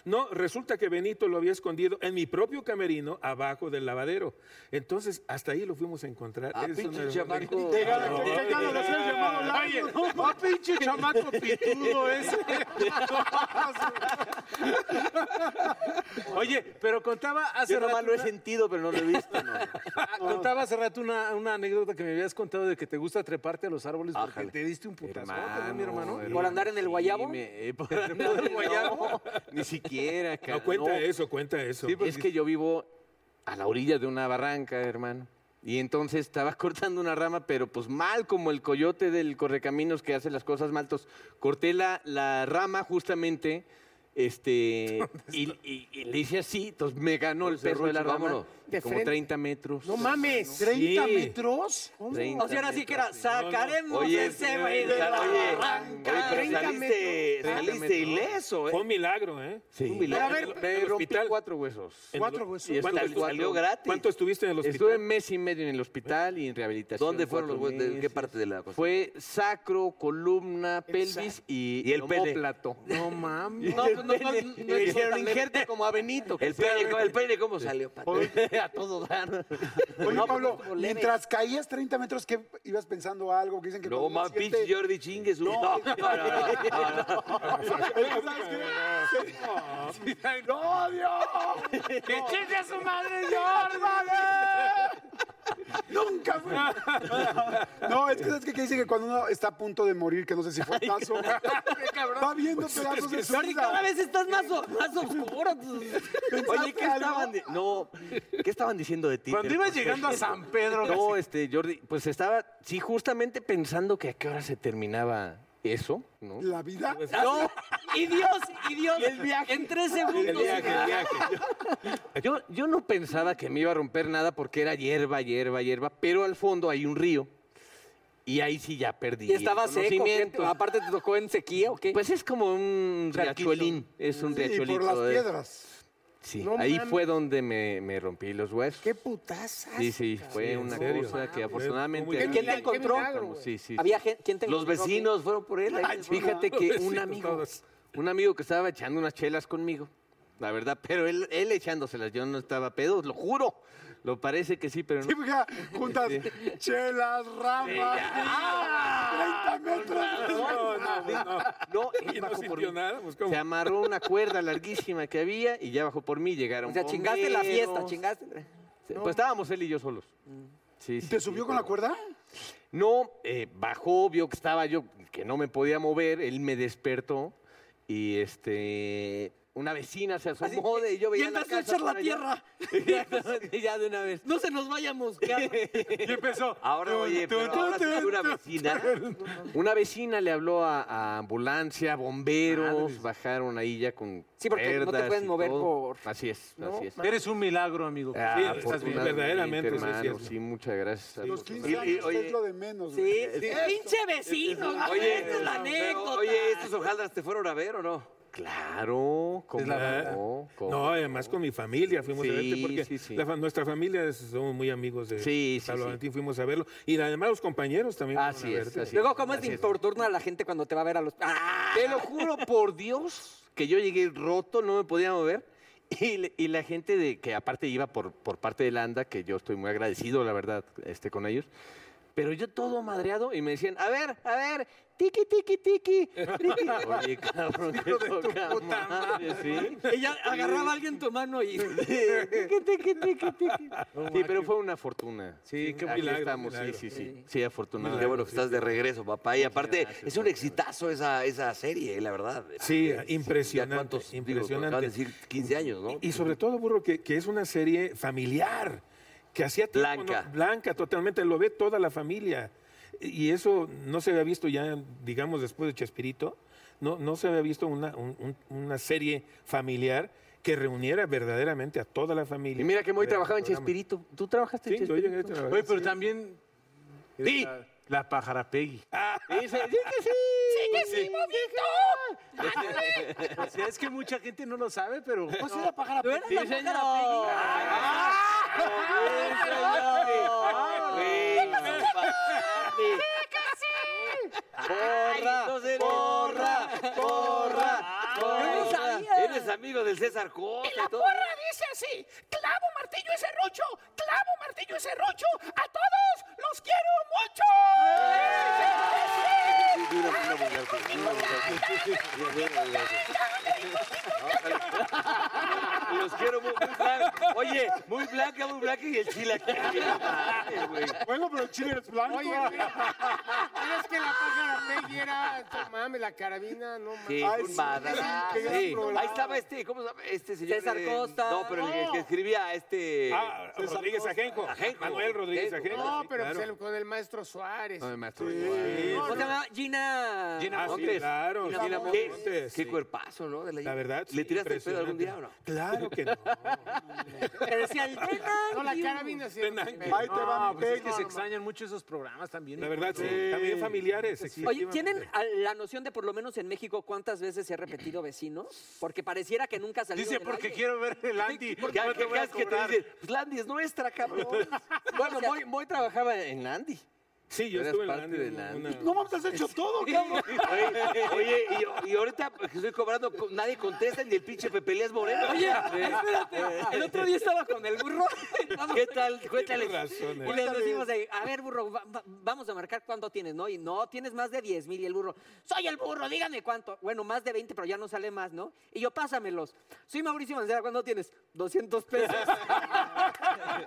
S12: No, resulta que Benito lo había escondido en mi propio camerino, abajo del lavadero. Entonces, hasta ahí lo fuimos a encontrar.
S3: Ah,
S12: Es
S3: pinche
S12: una-
S3: chamaco.
S12: Llegando-
S3: Qué cagado, lo hacían llamado largo,
S12: Oye,
S3: ¿no?
S12: ah, pinche chamaco pitudo ese.
S7: Oye, pero contaba hace
S8: Yo nomás
S7: rato
S8: lo he
S7: una-
S8: sentido, pero no lo he visto. no.
S7: Ah, Contaba hace rato una, una anécdota que me habías contado de que te gusta treparte a los árboles porque
S8: Ájale.
S7: te diste un putazo, ¿no, mi hermano?
S4: ¿Por andar en el guayabo?
S8: eh,
S12: pues,
S8: por andar en el guayabo. Ni siquiera, cara,
S12: No, cuenta eso, cuenta eso.
S8: Sí, es que yo vivo a la orilla de una barranca, hermano. Y entonces estaba cortando una rama, pero pues mal como el coyote del correcaminos que hace las cosas mal. Entonces, corté la, la rama justamente este y, y- y le hice así. Entonces me ganó el
S3: Cerrucho,
S8: perro de la rama.
S3: vámonos.
S8: De como
S3: frente.
S8: 30 metros.
S3: No mames.
S8: Sí.
S3: 30 metros.
S8: ¿Cómo?
S4: O sea, ahora sí que era, sacaremos
S8: Oye,
S4: ese
S8: oye,
S4: güey de la
S8: oye,
S4: barranca.
S8: oye, pero saliste,
S4: 30
S8: saliste
S4: metros.
S8: ileso, ¿eh?
S12: Fue un milagro, ¿eh?
S8: Sí.
S12: Un milagro.
S8: A ver,
S12: En el
S8: me rompí
S12: hospital.
S8: cuatro huesos.
S12: En el-
S8: Cuatro
S12: ¿Cuánto-
S8: huesos. Y esto
S12: salió
S8: cuatro.
S12: gratis? ¿Cuánto estuviste en el hospital?
S8: Estuve mes y medio en el hospital y en rehabilitación.
S3: ¿Dónde fueron los
S8: cuatro
S3: huesos? ¿De qué
S8: meses.
S3: parte de la cosa?
S8: Fue sacro, columna, pelvis
S3: sac-
S8: y,
S3: Y el pene.
S8: omóplato. No mames.
S3: No, pues no- no- no- no
S8: le
S3: es
S8: hicieron
S3: tan-
S8: injerto como a Benito.
S3: El pene, ¿cómo- el pene cómo salió? Pato?
S8: a todo dar.
S6: Oye,
S8: No,
S6: Pablo,
S8: pues, leve.
S6: mientras caías 30 metros, ¿qué ibas pensando algo? Que dicen que
S3: No,
S6: cuando uno
S3: más
S6: siente-
S3: pinche Jordi chingues. No, no, no, no, no.
S6: ¡No, Dios!
S1: ¡Que
S6: chiste
S1: a su madre,
S6: ¡Nunca fue! No, es que es que dicen que cuando uno está a punto de morir, que no sé si fue el caso, va viendo pedazos de su
S4: Jordi,
S6: vida.
S4: cada vez estás más, o- más oscuro.
S8: Oye, ¿qué estaban, di- no, ¿qué estaban diciendo de ti?
S7: Cuando
S8: Del
S7: ibas
S8: proceso?
S7: llegando a San Pedro,
S8: No, este, Jordi, pues estaba, sí, justamente pensando que a qué hora se terminaba eso, ¿no?
S6: ¿La vida?
S8: No.
S4: Y Dios, y Dios. En tres segundos.
S8: El viaje, el viaje. Yo, yo no pensaba que me iba a romper nada porque era hierba, hierba, hierba, pero al fondo hay un río. Y ahí sí ya perdí.
S4: Y estaba
S8: el
S4: seco, ¿qué?
S8: conocimiento.
S4: Aparte te tocó en sequía, ¿o qué?
S8: Pues es como un riachuelín. Es un
S4: Sí, por
S8: riachuelito.
S4: las
S8: eh.
S4: piedras.
S8: Sí,
S4: No
S8: ahí
S4: mames.
S8: fue donde me, me rompí los huesos. Qué
S4: putaza.
S8: Sí, sí, fue
S4: Sí, en
S8: una
S4: serio.
S8: cosa que
S4: Mames.
S8: afortunadamente...
S4: ¿Quién te encontró?
S8: Sí, sí, sí.
S4: Había gente, ¿quién te
S8: Los
S4: encontró?
S8: vecinos fueron por él. ahí
S4: Ay,
S8: les fue. Fíjate
S4: no.
S8: que
S4: Los
S8: un
S4: vecinos
S8: amigo, un amigo que estaba echando unas chelas conmigo, la verdad, pero él, él echándoselas, yo no estaba pedo, lo juro. Lo parece que sí, pero no.
S6: Sí, mija, juntas
S8: Sí.
S6: chelas, ramas,
S8: Ah,
S6: tiras, 30 metros.
S8: No, no, no, no. No, él bajó por mí. Se amarró una cuerda larguísima que había y ya bajó por mí. Llegaron.
S4: O sea, chingaste la fiesta,
S8: bomberos.
S4: chingaste.
S8: Sí, Pues estábamos él y yo solos. Sí,
S6: ¿Te subió con la cuerda?
S8: No, eh, bajó, vio que estaba yo, que no me podía mover, él me despertó y este. Una vecina se asomó de yo veía
S1: y
S8: la
S1: empezó a
S8: casa
S1: echar la
S8: por allá.
S1: tierra.
S8: Exactamente, ya de una vez.
S4: No se nos vaya a mosquear.
S8: Y empezó. Ahora, oye, pero ahora sí que una vecina. Una vecina le habló a, a ambulancia, bomberos, bajaron ahí ya con.
S4: Sí, porque no te
S8: cuerdas
S4: puedes
S8: y
S4: mover
S8: todo. Así es, así es.
S7: Eres un milagro, amigo.
S8: Ah,
S7: Sí, estás bien.
S8: afortunadamente,
S7: Verdaderamente, sí, sí,
S8: hermano,
S7: es-
S8: sí, muchas gracias. a
S6: Los
S8: Dios.
S6: 15
S8: Y- y,
S6: años
S8: oye,
S6: es lo de menos.
S4: Sí,
S6: güey.
S4: sí. Pinche vecino, güey, esta es la anécdota.
S3: Oye, ¿estos hojaldras te fueron a ver o no?
S8: Claro, como
S12: la verdad.
S8: no, como
S12: No, además con mi familia fuimos a
S8: Sí,
S12: verte porque
S8: sí, sí.
S12: la fa- nuestra familia es- somos muy amigos de
S8: Sí, sí,
S12: Pablo
S8: sí.
S12: Valentín, fuimos a verlo. Y además los compañeros también
S8: Así es, así
S4: Luego, ¿cómo es de importuna a la gente cuando te va a ver a los. ¡Ah!
S8: Te lo juro por Dios que yo llegué roto, no me podía mover. Y, le- y la gente de que aparte iba por, por parte de la ANDA, que yo estoy muy agradecido, la verdad, este, con ellos. Pero yo todo madreado y me decían, a ver, a ver, tiki, tiki, tiki. tiki". Oye, cabrón, qué poca madre, ¿sí?
S4: Ella agarraba a alguien tu mano y.
S8: Tiki, tiki, tiki, tiki. Sí, pero fue una fortuna. Sí,
S3: qué
S8: Aquí
S3: milagro,
S8: estamos,
S3: milagro.
S8: sí, sí, sí. Sí, afortunadamente.
S3: Qué bueno que estás de regreso, papá. Y aparte,
S8: gracias,
S3: es un exitazo esa, esa serie, la verdad. Sí, impresionante.
S12: impresionante.
S3: Van a decir 15 años, ¿no?
S12: Y sobre todo, burro, que, que es una serie familiar, que hacía tiempo, ¿no?
S3: Blanca.
S12: blanca, totalmente, lo ve toda la familia. Y eso no se había visto ya, digamos, después de Chespirito, no, no se había visto una, un- un- una serie familiar que reuniera verdaderamente a toda la familia.
S8: Y mira que Moy
S12: muy
S8: trabajaba en Chespirito. ¿Tú trabajaste
S12: Sí,
S8: en
S12: yo
S8: Chespirito?
S12: llegué a trabajar.
S7: Oye, pero también.
S8: Sí.
S7: La, la pajarapegui.
S8: Dice, sí que sí.
S7: sí,
S1: mamito!
S7: O sea, es que mucha gente no lo sabe, pero.
S1: ¿Pues era pájara
S7: ¿Tú eras la
S1: Sí,
S7: pájara
S1: señor.
S7: Peggy? Ah.
S3: ¡Borra! ¡Borra! ¡Borra!
S1: Yo no sabía.
S3: Eres amigo del César Costa y todo.
S1: porra dice así: clavo, martillo y serrocho, clavo, martillo y serrocho. A todos los quiero mucho.
S3: Los quiero muy, muy blanca. Oye, muy blanca, muy blanca y el chilaquil.
S6: Bueno, pero el chile es blanco.
S2: Oye, es que la pájara Peggy era, no mames, la carabina, no mames.
S3: Sí,
S2: Ay,
S3: un
S2: sí,
S3: madrazo.
S2: qué gran
S3: Sí.
S2: programa.
S3: Ahí estaba este, ¿cómo se llama? Este señor.
S2: César
S3: de-
S2: Costa.
S3: No, pero el, el que
S2: No.
S3: escribía, este.
S12: Ah, Rodríguez Ajenjo. Manuel Rodríguez Ajenjo.
S2: No,
S12: sí,
S2: pero pues,
S12: claro.
S2: el- con el maestro Suárez.
S8: No, el maestro
S4: ¿Cómo se llama? Gina.
S12: Ah, sí, claro.
S3: Gina
S12: sí,
S3: Montes.
S12: Montes, sí.
S3: Qué cuerpazo, ¿no? De la,
S12: La verdad,
S3: ¿Le
S12: sí,
S3: tiraste el pedo algún día o no?
S12: impresionante. Claro que no.
S4: Te decía el
S2: No, la carabina sí.
S12: Ahí te va mi
S7: pues es
S12: Peggy.
S7: que se extrañan mucho esos programas también.
S12: La verdad, sí. También familiares,
S4: Oye,
S12: efectivamente.
S4: ¿tienen a- la noción de por lo menos en México cuántas veces se ha repetido vecino? Porque pareciera que nunca salió.
S7: Dice,
S4: del
S7: porque
S4: aire.
S7: quiero ver el Andy.
S4: porque-
S7: no
S3: Ya,
S7: te
S3: ¿Qué
S7: voy a
S3: crees que te
S7: cobrar.
S3: dicen? Pues Landy es nuestra, cabrón.
S8: Bueno, Moy, Moy trabajaba en Landy.
S12: Sí, yo
S3: Eras
S12: estuve en
S3: parte
S12: Landy,
S3: de
S12: una-
S3: Landy.
S12: una-
S6: No mames, has hecho todo, cabrón.
S3: Oye, oye, y, y ahorita que estoy cobrando, co- nadie contesta ni el pinche Pepe Elías Moreno.
S4: Oye, espérate. El otro día estaba con el burro.
S3: ¿Qué tal? Cuéntale.
S12: razón,
S4: Y le decimos ahí, a ver, burro, va- va- vamos a marcar cuánto tienes, ¿no? Y no, tienes más de 10 mil. Y el burro, soy el burro, dígame cuánto. Bueno, más de 20, pero ya no sale más, ¿no? Y yo, pásamelos. Soy Mauricio Mancera, ¿cuánto tienes? 200 pesos.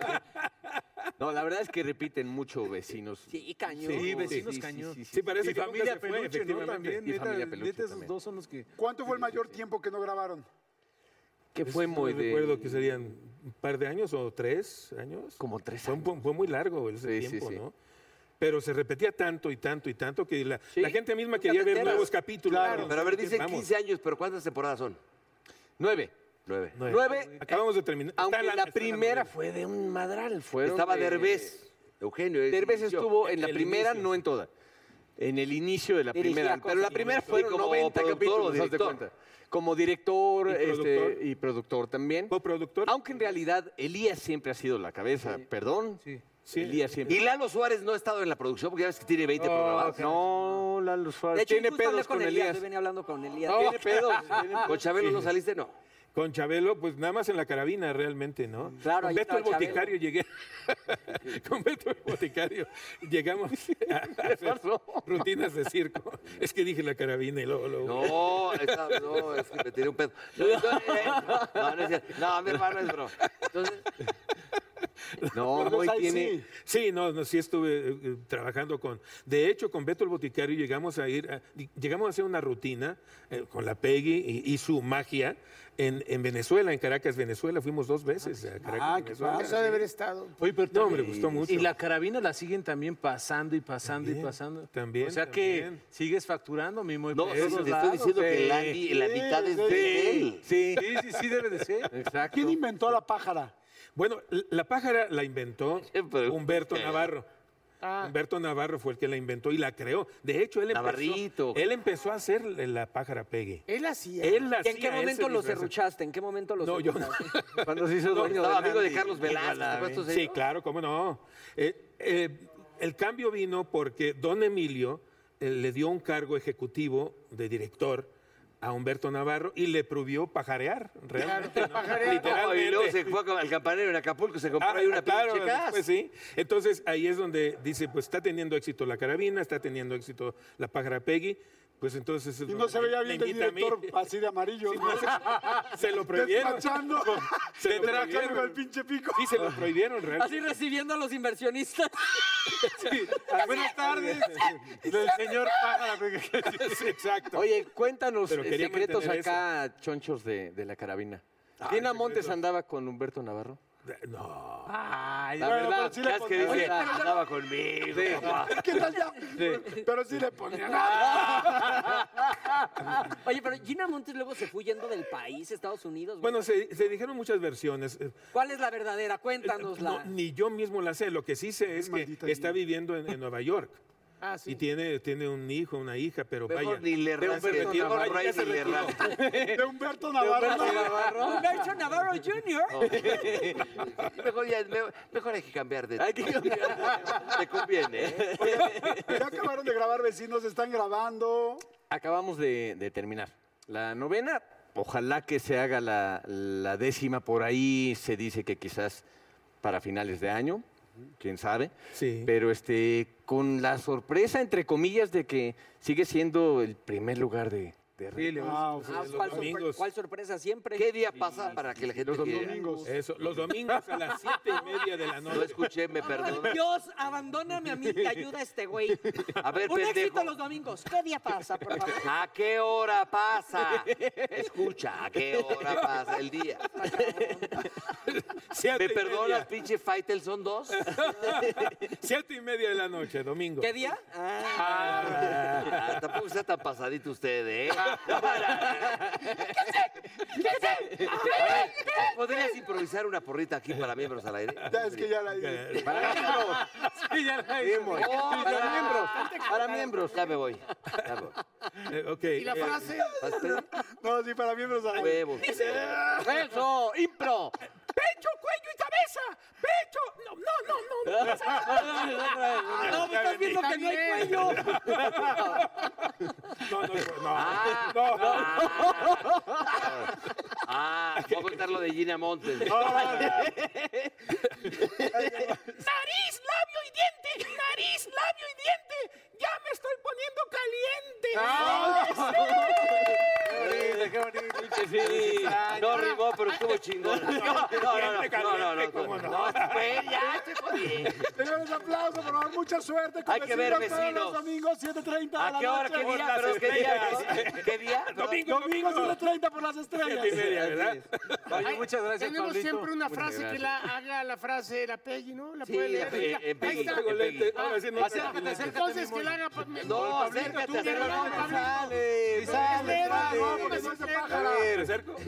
S8: No, la verdad es que repiten mucho vecinos.
S4: Sí, cañón.
S12: Sí, vecinos cañón. Sí, parece
S8: Y
S12: que nunca
S8: familia
S12: se fue,
S8: peluche, ¿no?
S12: efectivamente.
S8: También,
S12: Y
S8: neta,
S12: familia
S8: neta,
S12: peluche
S8: esos
S12: también.
S8: dos son los que...
S6: ¿Cuánto fue el mayor tiempo que no grabaron?
S8: ¿Qué fue,
S12: no
S8: Moy? de-
S12: recuerdo que serían un par de años o tres años.
S8: Como tres
S12: Fue, un- fue muy largo ese
S8: Sí, sí,
S12: tiempo,
S8: sí.
S12: ¿no? Pero se repetía tanto y tanto y tanto que la, la gente misma
S3: Nunca
S12: quería
S3: te
S12: ver
S3: enteras.
S12: nuevos capítulos.
S3: Claro, pero a ver, dicen
S12: Vamos.
S3: 15 años, pero ¿cuántas temporadas son?
S8: Nueve.
S3: Nueve.
S8: Nueve.
S12: Acabamos de terminar.
S8: Aunque
S12: Está
S8: la,
S12: la- está la
S8: primera
S12: novela.
S8: fue de un madral. Fueron
S3: Estaba
S8: de- eh,
S3: Derbez, Eugenio. eh,
S8: Derbez
S3: inició.
S8: estuvo en la
S3: El
S8: primera,
S3: inicio.
S8: no en toda. En el inicio de la
S3: Dirigía
S8: primera.
S3: cosas
S8: Pero la
S3: y
S8: primera
S3: director.
S8: fueron
S3: Y como
S8: 90
S3: productor o
S8: capítulos, haz de
S3: director.
S8: cuenta. Como director
S3: Y
S8: este, y productor,
S3: productor.
S8: también.
S12: Coproductor.
S8: Aunque en realidad Elías siempre ha sido la cabeza, perdón. Elías siempre.
S3: Y Lalo Suárez no ha estado en la producción porque ya ves que tiene 20
S8: Oh,
S3: programas.
S8: No, Lalo
S4: De
S8: Suárez.
S4: hecho,
S8: Tiene
S4: justo hablé
S8: pedos con Elías.
S4: Hoy venía hablando con Elías.
S3: No. Con Chabelo no saliste, no.
S12: Con Chabelo, pues nada más en la carabina realmente, ¿no?
S4: Claro,
S12: Con
S4: ahí
S12: Beto el
S4: estaba Chabelo.
S12: boticario llegué. Con Beto el boticario llegamos a hacer rutinas de circo. Es que dije la carabina y luego, luego.
S3: No, esa- no, es que me tiré un pedo. No, entonces- no, no es cierto. No, mi hermano es broma.
S12: No,
S3: hoy tiene-
S12: Sí. Sí, no, no, sí estuve eh, eh, trabajando con. De hecho, con Beto el Boticario llegamos a ir. a- di- llegamos a hacer una rutina eh, con la Peggy y, y su magia en, en Venezuela, en Caracas, Venezuela. Fuimos dos veces a Caracas,
S2: Ah, qué
S12: Venezuela.
S2: padre. Eso ha de haber estado.
S7: Oye, pero
S12: No,
S7: también-
S12: me gustó mucho.
S7: Y la carabina la siguen también pasando y pasando y pasando.
S12: también,
S7: O sea
S12: también.
S7: que sigues facturando, mi muy
S3: No, sí, te estoy diciendo que el Andy, la mitad es de él.
S7: Sí, sí, sí, sí, debe de ser.
S12: Exacto.
S6: ¿Quién inventó a la pájara?
S12: Bueno, l- la pájara la inventó Humberto Navarro. Humberto Navarro fue el que la inventó y la creó. De hecho, él empezó,
S3: Navarrito.
S12: Él empezó a hacer la pájara Peggy.
S2: Él hacía.
S12: Él
S4: ¿Y en
S12: hacía
S4: qué momento
S12: ese disfraz.
S4: los cerruchaste? ¿En qué momento los
S12: No, yo no.
S7: Cuando se hizo dueño
S12: estaba
S7: del
S12: amigo de
S7: Andy.
S12: Carlos
S7: Guadalupe.
S12: Velázquez. Sí, claro, cómo no. Eh, eh, el cambio vino porque don Emilio eh, le dio un cargo ejecutivo de director a Humberto Navarro y le prohibió pajarear, realmente. ¿no?
S3: Literalmente. Y luego se fue al campanero en Acapulco, se compró
S12: Ah,
S3: ahí una
S12: claro,
S3: pinche casa.
S12: después sí. Entonces ahí es donde dice, pues está teniendo éxito la carabina, está teniendo éxito la pájara Peggy. Pues entonces...
S6: Y no se veía
S12: me
S6: bien del
S12: invita a mí.
S6: director así de amarillo. ¿no?
S12: Se lo prohibieron.
S6: Despachando.
S12: Se lo
S6: Despachando
S12: prohibieron.
S6: con el pinche pico.
S12: Sí, se lo prohibieron
S4: Así
S12: realmente.
S4: recibiendo a los inversionistas.
S12: Buenas tardes.
S7: Del señor pájara.
S12: Sí, Exacto.
S8: Oye, cuéntanos
S12: Pero
S8: eh,
S12: quería
S8: secretos
S12: mantener
S8: acá, chonchos de, de la carabina.
S12: Ah,
S8: ¿Quién
S12: secretos.
S8: Montes andaba con Humberto Navarro?
S12: No.
S7: Ay,
S8: la
S6: bueno,
S8: verdad,
S6: pero sí le
S8: ya es
S6: pondría-
S8: que dice,
S6: Oye, pero-
S8: andaba conmigo, papá.
S6: ¿Qué tal ya? Pero sí le ponía
S4: Oye, pero Gina Montes luego se fue yendo del país, Estados Unidos. güey.
S12: Bueno, se, se dijeron muchas versiones. Eh,
S4: ¿Cuál es la verdadera? Cuéntanosla.
S12: no, ni yo mismo la sé. Lo que sí sé es que está viviendo en, en Nueva York.
S2: Ah,
S12: Y tiene, tiene un hijo, una hija, pero
S3: Mejor
S12: vaya.
S3: ni le
S12: Pero
S3: rasques,
S12: Humberto
S3: mejor
S12: Navarro
S3: Ray
S12: ya se
S3: ni le
S12: retiró.
S3: rasques.
S6: De Humberto Navarro.
S4: Humberto Navarro Jr.
S3: Mejor, ya, me- mejor hay que cambiar de. Hay que cambiar Te conviene, ¿eh?
S6: Ya acabaron de grabar vecinos, están grabando.
S8: Acabamos de, de terminar. La novena, ojalá que se haga la, la décima por ahí, se dice que quizás para finales de año, quién sabe.
S12: Sí.
S8: Pero este, con la sorpresa, entre comillas, de que sigue siendo el primer lugar de, de
S12: Sí, le vamos a ofrecer
S4: Ah,
S12: pues, los
S4: ¿cuál, sorpre-
S12: domingos.
S4: cuál sorpresa siempre?
S3: ¿Qué día pasa para que la gente
S12: Los
S3: quiera?
S12: domingos. Eso, los domingos a las siete y media de la
S3: No
S12: noche.
S3: escuché, me perdona.
S4: Dios, abandóname a mí y ayuda a este güey.
S3: A ver,
S4: Un
S3: pendejo.
S4: éxito los domingos. ¿Qué día pasa, por favor?
S3: ¿A qué hora pasa? Escucha, ¿a qué hora pasa el día?
S12: Siete
S3: ¿Me
S12: y
S3: perdonas,
S12: media.
S3: pinche Fightel? ¿Son dos?
S12: Siete y media de la noche, domingo.
S4: ¿Qué día? Ah,
S3: Ah, tampoco está tan pasadito usted, ¿eh? ¿Podrías improvisar una porrita aquí para miembros al aire?
S6: Ya es que ya la hice.
S7: Sí, ya la hice.
S3: Oh, para miembros,
S8: para miembros.
S3: Ya me voy. Ya me voy.
S12: Eh, ok,
S2: ¿Y la
S12: eh,
S2: frase?
S3: ¿Vas, Pedro?
S6: No, sí, para miembros. ahí.
S3: Huevos. "Ah". ¡Eso! ¡Impro!
S1: Pecho, cuello y cabeza. Pecho. No, no, no, no. no.
S4: no, me estás viendo que no hay cuello.
S12: No, no, no.
S3: Ah,
S12: no.
S3: Ah, Ah, voy a contar lo de Gina Montes.
S1: Nariz, labio y diente. Nariz, labio y diente. Ya me estoy poniendo caliente.
S3: Ah, Sí, no rimó, pero estuvo chingón. No, no, no, no, no, no, no, no, güey, ya te jodí.
S6: Señores, aplauso, por favor. Mucha suerte. con
S3: Hay que ver,
S6: Vecinos todos
S3: vecinos.
S6: Los domingos, 7.30 de
S3: ¿A
S6: la
S3: qué hora,
S6: noche.
S3: qué
S6: Por
S3: día,
S6: las
S3: pero qué día,
S6: estrellas.
S3: ¿no? qué día?
S12: Domingo,
S6: Domingo,
S12: domingo.
S6: 7.30 por las estrellas.
S12: Siete y media, ¿verdad?
S7: Oye, muchas gracias,
S2: Tenemos
S7: Pablito.
S2: siempre una
S7: Muchas
S2: frase que
S7: gracias.
S2: la haga la frase, la Peggy, ¿no? La
S3: Sí,
S2: puede
S3: la
S2: leer.
S3: Peggy,
S2: Ahí
S3: eh, Peggy,
S2: está.
S3: eh, Peggy.
S2: Ah,
S7: Acércate, acércate.
S2: Entonces que
S7: mi Moy.
S2: la haga pa- me-
S3: No,
S2: Pablito,
S3: acércate,
S2: tú,
S3: acércate.
S2: perdón, Pablito.
S8: Sale, sale,
S2: Espera, no,
S8: sale.
S2: porque no se paga.
S8: A ver,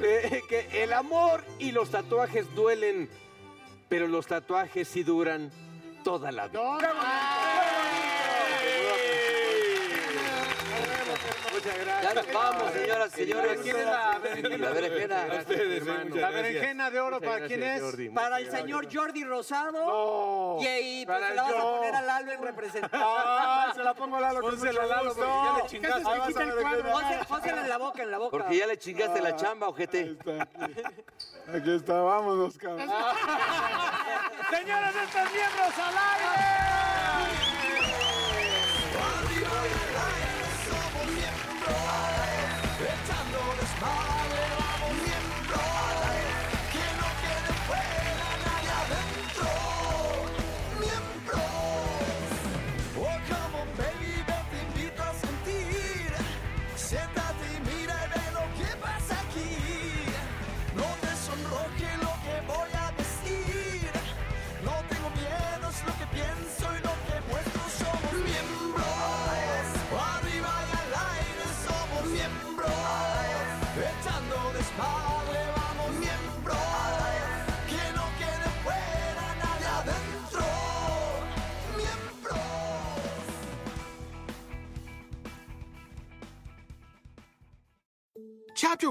S8: eh, que el amor y los tatuajes duelen, pero los tatuajes sí duran toda la vida.
S2: No, no, no.
S3: Muchas
S13: Muchas gracias.
S8: Ya, vamos, señoras, señores.
S13: ¿Para quién es la berenjena?
S8: La berenjena.
S13: A ustedes,
S8: Hermano.
S13: muchas
S8: La
S13: gracias.
S8: berenjena
S4: de oro,
S13: Muchas
S4: ¿para quién
S13: gracias,
S4: es?
S13: Jordi, muchas
S4: Para el
S13: gracias.
S4: señor Jordi Rosado. Y ahí pues,
S13: Para
S4: se la vas a
S13: yo.
S4: poner a Lalo en representación.
S13: Ah, se la pongo a Lalo con
S4: Pónsela
S13: mucho
S4: a Lalo,
S13: gusto.
S4: porque ya le
S13: No,
S4: chingaste.
S13: casi se
S4: Ahí vas
S13: quita
S4: a
S13: el
S4: ver de qué
S13: cuadro.
S4: Pónsela- pónsela en la boca, en la boca.
S8: Porque ya le chingaste la
S6: Ah,
S8: chamba, ojete.
S6: Aquí está, vámonos, cabrón.
S14: Señoras, estos miembros al
S3: Oh, come on, baby, yo te invito a sentir. Siéntate y mira y ve lo que pasa aquí. No te sonroje lo que voy a decir. No tengo miedo, es lo que pienso y lo que muestro. Somos miembros. Arriba y al aire somos miembros. Echando desmadre, vamos miembros. Que no quede fuera nadie adentro. Miembros.
S15: Chapter